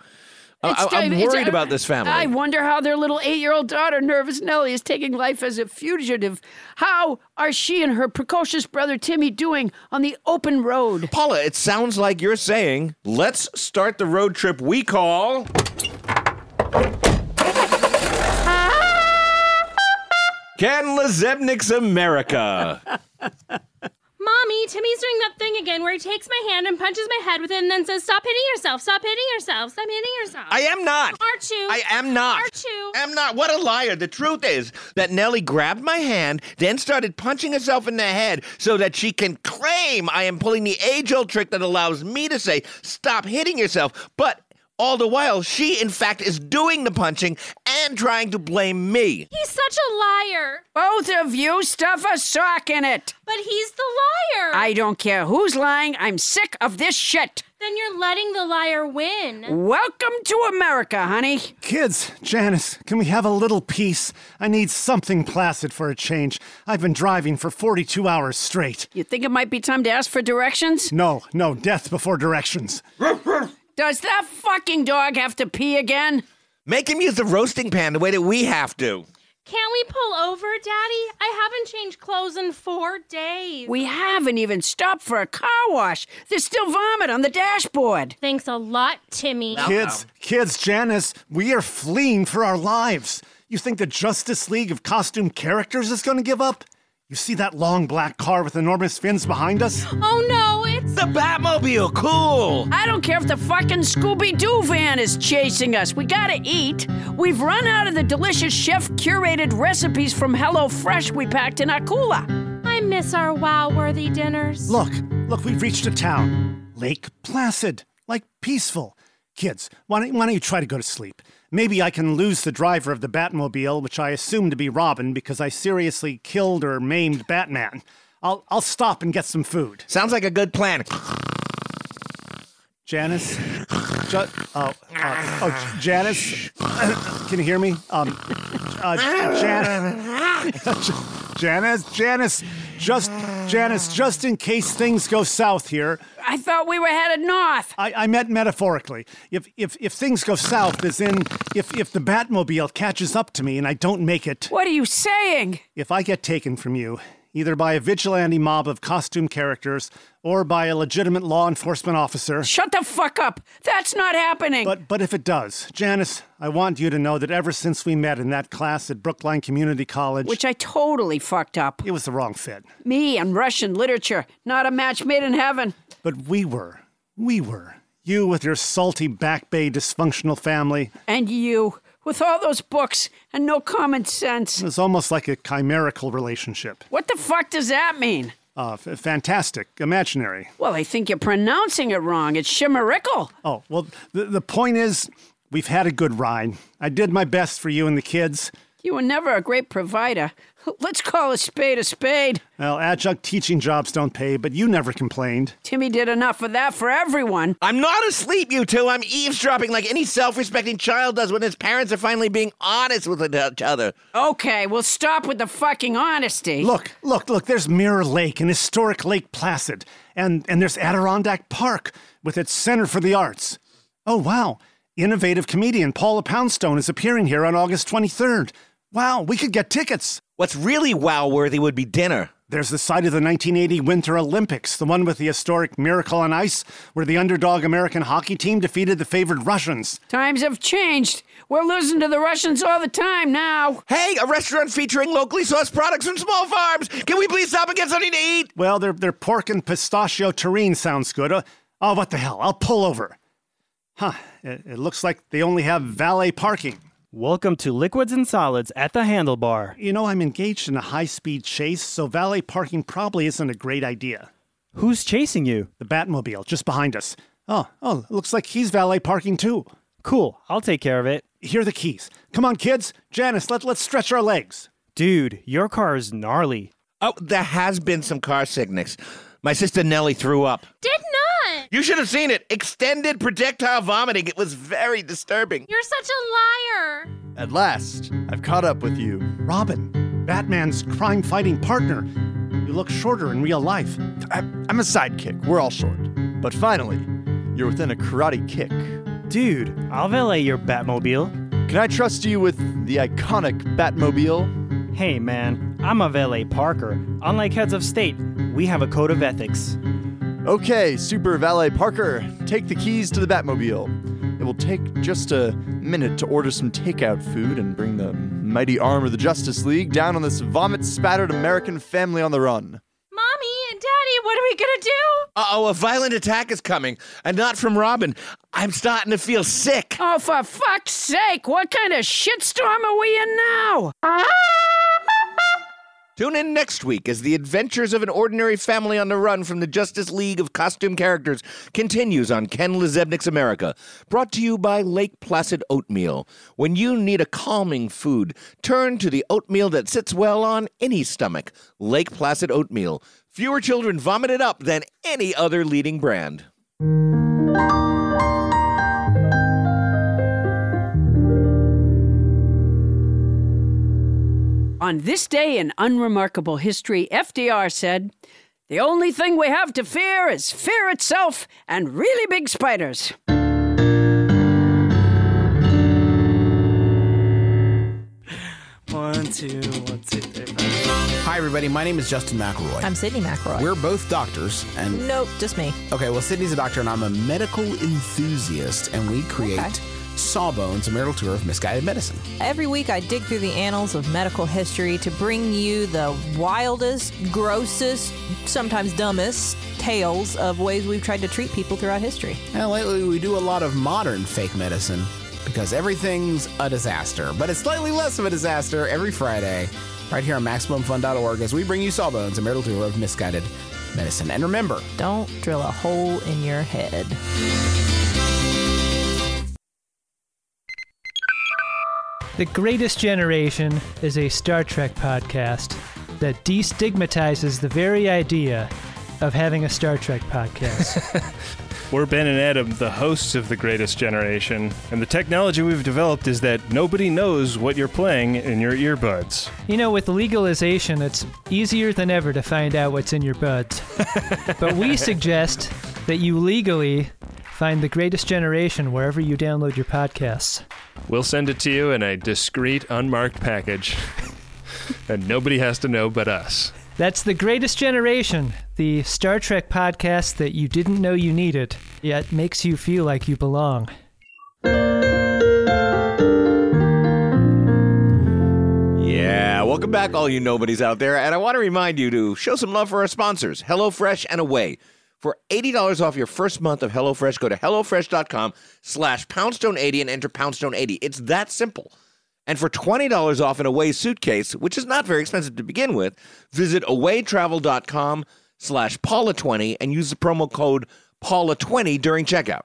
Speaker 1: I,
Speaker 2: It's-
Speaker 1: I'm
Speaker 2: it's-
Speaker 1: worried about this family.
Speaker 2: I wonder how their little eight-year-old daughter, Nervous Nellie, is taking life as a fugitive. How are she and her precocious brother Timmy doing on the open road?
Speaker 1: Paula, it sounds like you're saying, let's start the road trip we call. Ken Lezebnik's America.
Speaker 9: Mommy, Timmy's doing that thing again where he takes my hand and punches my head with it and then says, Stop hitting yourself, stop hitting yourself, stop hitting yourself.
Speaker 1: I am not.
Speaker 9: Aren't you?
Speaker 1: I am not.
Speaker 9: Aren't you?
Speaker 1: I'm not. What a liar. The truth is that Nellie grabbed my hand, then started punching herself in the head so that she can claim I am pulling the age old trick that allows me to say, stop hitting yourself. But all the while, she, in fact, is doing the punching and trying to blame me.
Speaker 9: He's such a liar.
Speaker 2: Both of you stuff a sock in it.
Speaker 9: But he's the liar.
Speaker 2: I don't care who's lying. I'm sick of this shit.
Speaker 9: Then you're letting the liar win.
Speaker 2: Welcome to America, honey.
Speaker 10: Kids, Janice, can we have a little peace? I need something placid for a change. I've been driving for 42 hours straight.
Speaker 2: You think it might be time to ask for directions?
Speaker 10: No, no, death before directions.
Speaker 2: Does that fucking dog have to pee again?
Speaker 1: Make him use the roasting pan the way that we have to.
Speaker 9: Can we pull over, Daddy? I haven't changed clothes in four days.
Speaker 2: We haven't even stopped for a car wash. There's still vomit on the dashboard.
Speaker 9: Thanks a lot, Timmy.
Speaker 10: Kids, kids, Janice, we are fleeing for our lives. You think the Justice League of costumed characters is going to give up? You see that long black car with enormous fins behind us?
Speaker 9: Oh no, it's
Speaker 1: The Batmobile, cool.
Speaker 2: I don't care if the fucking Scooby Doo van is chasing us. We gotta eat. We've run out of the delicious chef curated recipes from HelloFresh we packed in our cooler.
Speaker 9: I miss our wow worthy dinners.
Speaker 10: Look, look, we've reached a town. Lake Placid, like peaceful. Kids, why don't, why don't you try to go to sleep? Maybe I can lose the driver of the Batmobile, which I assume to be Robin because I seriously killed or maimed Batman. I'll, I'll stop and get some food.
Speaker 1: Sounds like a good plan.
Speaker 10: Janice? Ju- oh, uh, oh, Janice? Can you hear me? Um, uh, Jan- Janice? Janice, just, Janice, just in case things go south here,
Speaker 2: I thought we were headed north.
Speaker 10: I, I meant metaphorically. If, if, if things go south, as in, if, if the Batmobile catches up to me and I don't make it,
Speaker 2: What are you saying?
Speaker 10: if I get taken from you, either by a vigilante mob of costume characters or by a legitimate law enforcement officer,
Speaker 2: Shut the fuck up. That's not happening.
Speaker 10: But but if it does, Janice, I want you to know that ever since we met in that class at Brookline Community College,
Speaker 2: Which I totally fucked up.
Speaker 10: it was the wrong fit.
Speaker 2: Me and Russian literature, not a match made in heaven.
Speaker 10: But we were, we were. You with your salty back bay dysfunctional family.
Speaker 2: And you, with all those books and no common sense.
Speaker 10: It was almost like a chimerical relationship.
Speaker 2: What the fuck does that mean?
Speaker 10: Uh, f- fantastic, imaginary.
Speaker 2: Well, I think you're pronouncing it wrong. It's shimmerickle.
Speaker 10: Oh, well, the, the point is, we've had a good ride. I did my best for you and the kids.
Speaker 2: You were never a great provider. Let's call a spade a spade.
Speaker 10: Well, adjunct teaching jobs don't pay, but you never complained.
Speaker 2: Timmy did enough of that for everyone.
Speaker 1: I'm not asleep, you two. I'm eavesdropping like any self respecting child does when his parents are finally being honest with each other.
Speaker 2: Okay, we'll stop with the fucking honesty.
Speaker 10: Look, look, look, there's Mirror Lake and historic Lake Placid. And and there's Adirondack Park with its Center for the Arts. Oh wow. Innovative comedian Paula Poundstone is appearing here on August 23rd. Wow, we could get tickets.
Speaker 1: What's really wow worthy would be dinner.
Speaker 10: There's the site of the 1980 Winter Olympics, the one with the historic Miracle on Ice, where the underdog American hockey team defeated the favored Russians.
Speaker 2: Times have changed. We're losing to the Russians all the time now.
Speaker 1: Hey, a restaurant featuring locally sourced products from small farms. Can we please stop and get something to eat?
Speaker 10: Well, their, their pork and pistachio terrine sounds good. Uh, oh, what the hell? I'll pull over. Huh, it, it looks like they only have valet parking.
Speaker 7: Welcome to Liquids and Solids at the Handlebar.
Speaker 10: You know, I'm engaged in a high speed chase, so valet parking probably isn't a great idea.
Speaker 7: Who's chasing you?
Speaker 10: The Batmobile, just behind us. Oh, oh, looks like he's valet parking too.
Speaker 7: Cool, I'll take care of it.
Speaker 10: Here are the keys. Come on, kids. Janice, let, let's stretch our legs.
Speaker 7: Dude, your car is gnarly.
Speaker 1: Oh, there has been some car sickness. My sister Nellie threw up.
Speaker 9: Did not.
Speaker 1: You should have seen it. Extended projectile vomiting. It was very disturbing.
Speaker 9: You're such a liar.
Speaker 11: At last, I've caught up with you.
Speaker 12: Robin, Batman's crime fighting partner. You look shorter in real life.
Speaker 11: I, I'm a sidekick. We're all short. But finally, you're within a karate kick.
Speaker 13: Dude, I'll valet your Batmobile.
Speaker 11: Can I trust you with the iconic Batmobile?
Speaker 13: Hey, man, I'm a valet Parker. Unlike heads of state, we have a code of ethics.
Speaker 11: Okay, Super Valet Parker, take the keys to the Batmobile. It will take just a minute to order some takeout food and bring the mighty arm of the Justice League down on this vomit spattered American family on the run.
Speaker 9: Mommy and Daddy, what are we gonna do?
Speaker 1: Uh oh, a violent attack is coming, and not from Robin. I'm starting to feel sick.
Speaker 3: Oh, for fuck's sake, what kind of shitstorm are we in now?
Speaker 1: Tune in next week as the adventures of an ordinary family on the run from the Justice League of costume characters continues on Ken Lezebnik's America, brought to you by Lake Placid Oatmeal. When you need a calming food, turn to the oatmeal that sits well on any stomach. Lake Placid Oatmeal. Fewer children vomited up than any other leading brand.
Speaker 3: On this day in unremarkable history, FDR said, The only thing we have to fear is fear itself and really big spiders.
Speaker 13: One, two, one, two, three, four.
Speaker 10: Hi, everybody. My name is Justin McElroy.
Speaker 2: I'm Sydney McElroy.
Speaker 10: We're both doctors, and
Speaker 2: nope, just me.
Speaker 10: okay, well, Sydney's a doctor, and I'm a medical enthusiast, and we create
Speaker 2: Okay.
Speaker 10: Sawbones, a marital tour of misguided medicine.
Speaker 2: Every week I dig through the annals of medical history to bring you the wildest, grossest, sometimes dumbest tales of ways we've tried to treat people throughout history.
Speaker 10: Now, lately, we do a lot of modern fake medicine because everything's a disaster, but it's slightly less of a disaster every Friday, right here on MaximumFun.org, as we bring you Sawbones, a marital tour of misguided medicine. And remember,
Speaker 2: Don't drill a hole in your head.
Speaker 7: The Greatest Generation is a Star Trek podcast that destigmatizes the very idea of having a Star Trek podcast.
Speaker 14: We're Ben and Adam, the hosts of The Greatest Generation, and the technology we've developed is that nobody knows what you're playing in your earbuds.
Speaker 7: you know, with legalization, it's easier than ever to find out what's in your buds. but we suggest that you legally find the Greatest Generation wherever you download your podcasts.
Speaker 14: We'll send it to you in a discreet, unmarked package, and nobody has to know but us.
Speaker 7: That's The Greatest Generation, the Star Trek podcast that you didn't know you needed, yet makes you feel like you belong.
Speaker 1: Yeah, welcome back, all you nobodies out there. And I want to remind you to show some love for our sponsors, HelloFresh and Away. For $80 off your first month of HelloFresh, go to HelloFresh.com slash Poundstone80 and enter Poundstone80. It's that simple. And for $20 off an Away suitcase, which is not very expensive to begin with, visit awaytravel.com slash Paula20 and use the promo code Paula20 during checkout.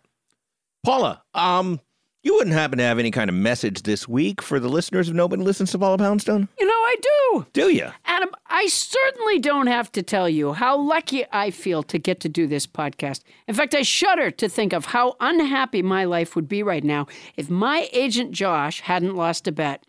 Speaker 1: Paula, um, you wouldn't happen to have any kind of message this week for the listeners of Nobody Listens to Paula Poundstone?
Speaker 3: You know, I do.
Speaker 1: Do you?
Speaker 3: Adam, I certainly don't have to tell you how lucky I feel to get to do this podcast. In fact, I shudder to think of how unhappy my life would be right now if my agent Josh hadn't lost a bet.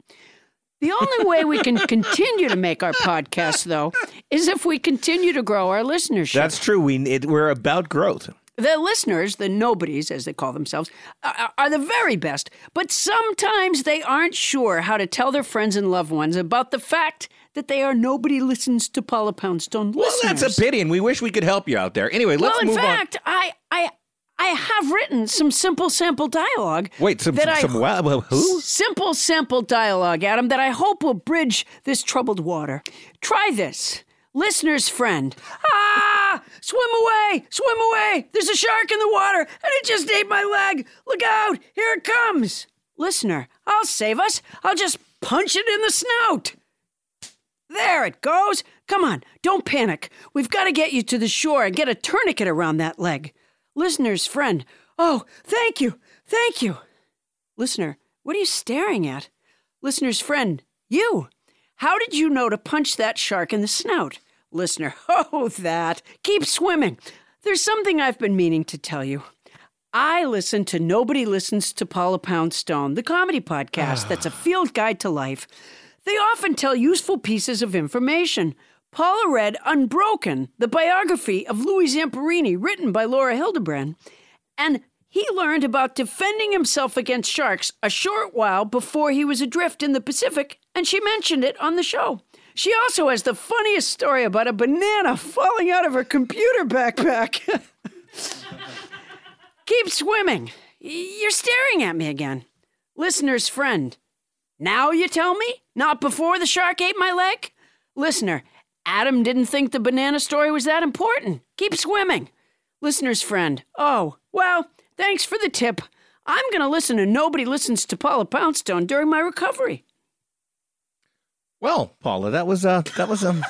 Speaker 3: The only way we can continue to make our podcast, though, is if we continue to grow our listenership.
Speaker 1: That's true. We it, we're about growth.
Speaker 3: The listeners, the nobodies, as they call themselves, are, are the very best, but sometimes they aren't sure how to tell their friends and loved ones about the fact that they are nobody listens to Paula Poundstone
Speaker 1: Well,
Speaker 3: listeners.
Speaker 1: that's a pity, and we wish we could help you out there. Anyway, let's
Speaker 3: well, in
Speaker 1: move
Speaker 3: fact, I, I, I have written some simple sample dialogue.
Speaker 1: on. Wait, some
Speaker 3: that I-
Speaker 1: some wow, well, who?
Speaker 3: Simple sample dialogue, Adam, that I hope will bridge this troubled water. Try this. Listener's friend. Ah! Swim away! Swim away! There's a shark in the water and it just ate my leg! Look out! Here it comes! Listener, I'll save us. I'll just punch it in the snout. There it goes. Come on, don't panic. We've got to get you to the shore and get a tourniquet around that leg. Listener's friend. Oh, thank you. Thank you. Listener, what are you staring at? Listener's friend, you. How did you know to punch that shark in the snout? Listener, oh, that. Keep swimming. There's something I've been meaning to tell you. I listen to Nobody Listens to Paula Poundstone, the comedy podcast that's a field guide to life. They often tell useful pieces of information. Paula read Unbroken, the biography of Louis Zamperini, written by Laura Hildebrand, and he learned about defending himself against sharks a short while before he was adrift in the Pacific, and she mentioned it on the show. She also has the funniest story about a banana falling out of her computer backpack. Keep swimming. Y- You're staring at me again. Listener's friend. Now you tell me? Not before the shark ate my leg? Listener, Adam didn't think the banana story was that important. Keep swimming. Listener's friend. Oh, well, thanks for the tip. I'm going to listen to Nobody Listens to Paula Poundstone during my recovery.
Speaker 1: Well, Paula, that was uh, that was um,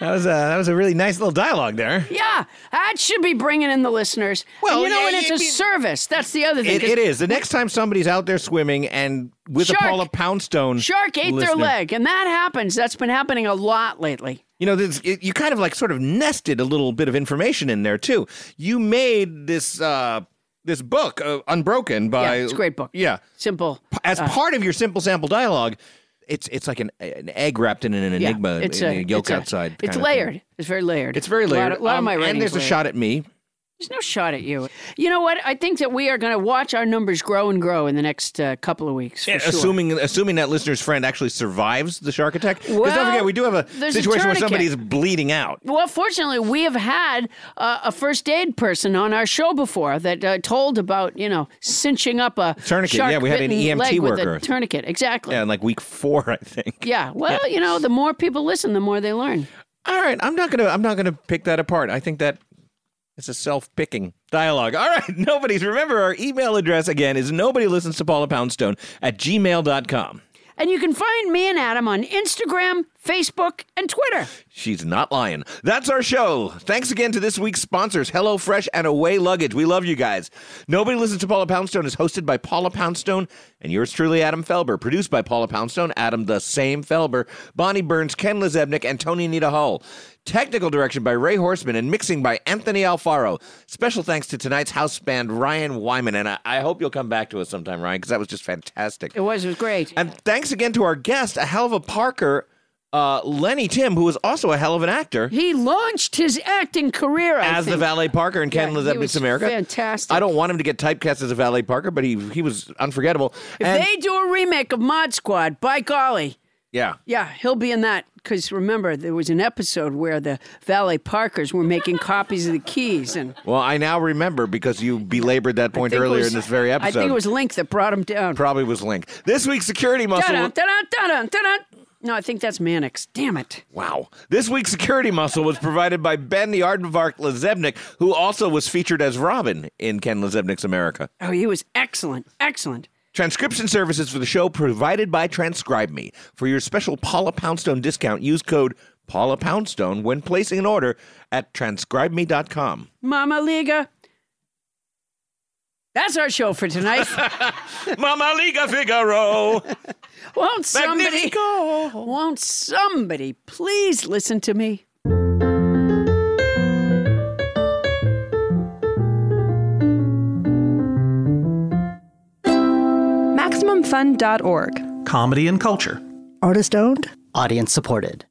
Speaker 1: that was uh, that was a really nice little dialogue there.
Speaker 3: Yeah, that should be bringing in the listeners. Well, you know, and it's a service. That's the other thing.
Speaker 1: It,
Speaker 3: 'cause
Speaker 1: it is. The next time somebody's out there swimming and with
Speaker 3: Shark.
Speaker 1: a Paula Poundstone
Speaker 3: Shark ate their
Speaker 1: listener-
Speaker 3: leg, and that happens. That's been happening a lot lately.
Speaker 1: You know, this, it, you kind of like sort of nested a little bit of information in there too. You made this uh, this book, uh, Unbroken, by
Speaker 3: Yeah, it's a great book. Uh.
Speaker 1: Yeah,
Speaker 3: Simple.
Speaker 1: as part of your simple sample dialogue. It's it's like an an egg wrapped in an
Speaker 3: Yeah,
Speaker 1: enigma,
Speaker 3: it's
Speaker 1: in
Speaker 3: a-
Speaker 1: a yolk
Speaker 3: it's a-
Speaker 1: outside.
Speaker 3: It's
Speaker 1: kind of
Speaker 3: layered.
Speaker 1: thing.
Speaker 3: It's very layered.
Speaker 1: It's very
Speaker 3: A lot
Speaker 1: layered.
Speaker 3: of- A lot, of
Speaker 1: Um,
Speaker 3: my
Speaker 1: and
Speaker 3: writing's
Speaker 1: there's a
Speaker 3: layered.
Speaker 1: shot at me.
Speaker 3: There's no shot at you. You know what? I think that we are going to watch our numbers grow and grow in the next uh, couple of weeks. For
Speaker 1: Yeah,
Speaker 3: sure.
Speaker 1: Assuming assuming that listener's friend actually survives the shark attack. Because don't
Speaker 3: Well,
Speaker 1: forget, we do have a
Speaker 3: there's a
Speaker 1: situation where
Speaker 3: tourniquet.
Speaker 1: somebody's bleeding out.
Speaker 3: Well, fortunately, we have had uh, a first aid person on our show before that uh, told about you know cinching up a
Speaker 1: Tourniquet, yeah, we had an
Speaker 3: shark-bitten
Speaker 1: EMT
Speaker 3: leg
Speaker 1: worker.
Speaker 3: with a tourniquet. Exactly.
Speaker 1: Yeah,
Speaker 3: Yeah.
Speaker 1: in like week four, I think.
Speaker 3: Well, you know, the more people listen, the more they learn.
Speaker 1: All right, I'm not gonna I'm not gonna pick that apart. I think that it's a self picking dialogue. All right, nobody's remember our email address again is nobody listens to Paula Poundstone at gmail.com.
Speaker 3: And you can find me and Adam on Instagram, Facebook, and Twitter.
Speaker 1: She's not lying. That's our show. Thanks again to this week's sponsors, HelloFresh and Away Luggage. We love you guys. Nobody Listens to Paula Poundstone is hosted by Paula Poundstone and yours truly, Adam Felber. Produced by Paula Poundstone, Adam the same Felber, Bonnie Burns, Ken Lezebnik, and Tony Nita Hull. Technical direction by Ray Horseman and mixing by Anthony Alfaro. Special thanks to tonight's house band, Ryan Wyman. And I, I hope you'll come back to us sometime, Ryan, because that was just fantastic.
Speaker 3: It was it was great.
Speaker 1: And thanks again to our guest, a hell of a Parker, uh, Lenny Tim, who is also a hell of an actor.
Speaker 3: He launched his acting career I
Speaker 1: as the
Speaker 3: think.
Speaker 1: valet Parker in Ken
Speaker 3: Yeah, he
Speaker 1: Lezebnik's
Speaker 3: was
Speaker 1: America.
Speaker 3: fantastic.
Speaker 1: I don't want him to get typecast as a valet Parker, but he he was unforgettable.
Speaker 3: If
Speaker 1: And-
Speaker 3: they do a remake of Mod Squad, by golly,
Speaker 1: yeah.
Speaker 3: yeah, he'll be in that. Because remember, there was an episode where the valet Parkers were making copies of the keys, and
Speaker 1: Well, I now remember because you belabored that
Speaker 3: I
Speaker 1: point
Speaker 3: think it
Speaker 1: earlier
Speaker 3: was-
Speaker 1: in this very episode.
Speaker 3: I think it was Link that brought him down.
Speaker 1: probably was Link. This week's security muscle.
Speaker 3: Da-dun, da-dun, da-dun, da-dun. No, I think that's Mannix. Damn it.
Speaker 1: Wow. This week's security muscle was provided by Ben the Aardvark Lezebnik, who also was featured as Robin in Ken Lezebnik's America.
Speaker 3: Oh, he was excellent, excellent.
Speaker 1: Transcription services for the show provided by Transcribe Me. For your special Paula Poundstone discount, use code Paula Poundstone when placing an order at transcribeme.com.
Speaker 3: Mama Liga. That's our show for tonight.
Speaker 1: Mama Liga Figaro.
Speaker 3: won't somebody won't somebody please listen to me?
Speaker 15: MaximumFun.org.
Speaker 16: Comedy and culture.
Speaker 15: Artist owned.
Speaker 16: Audience supported.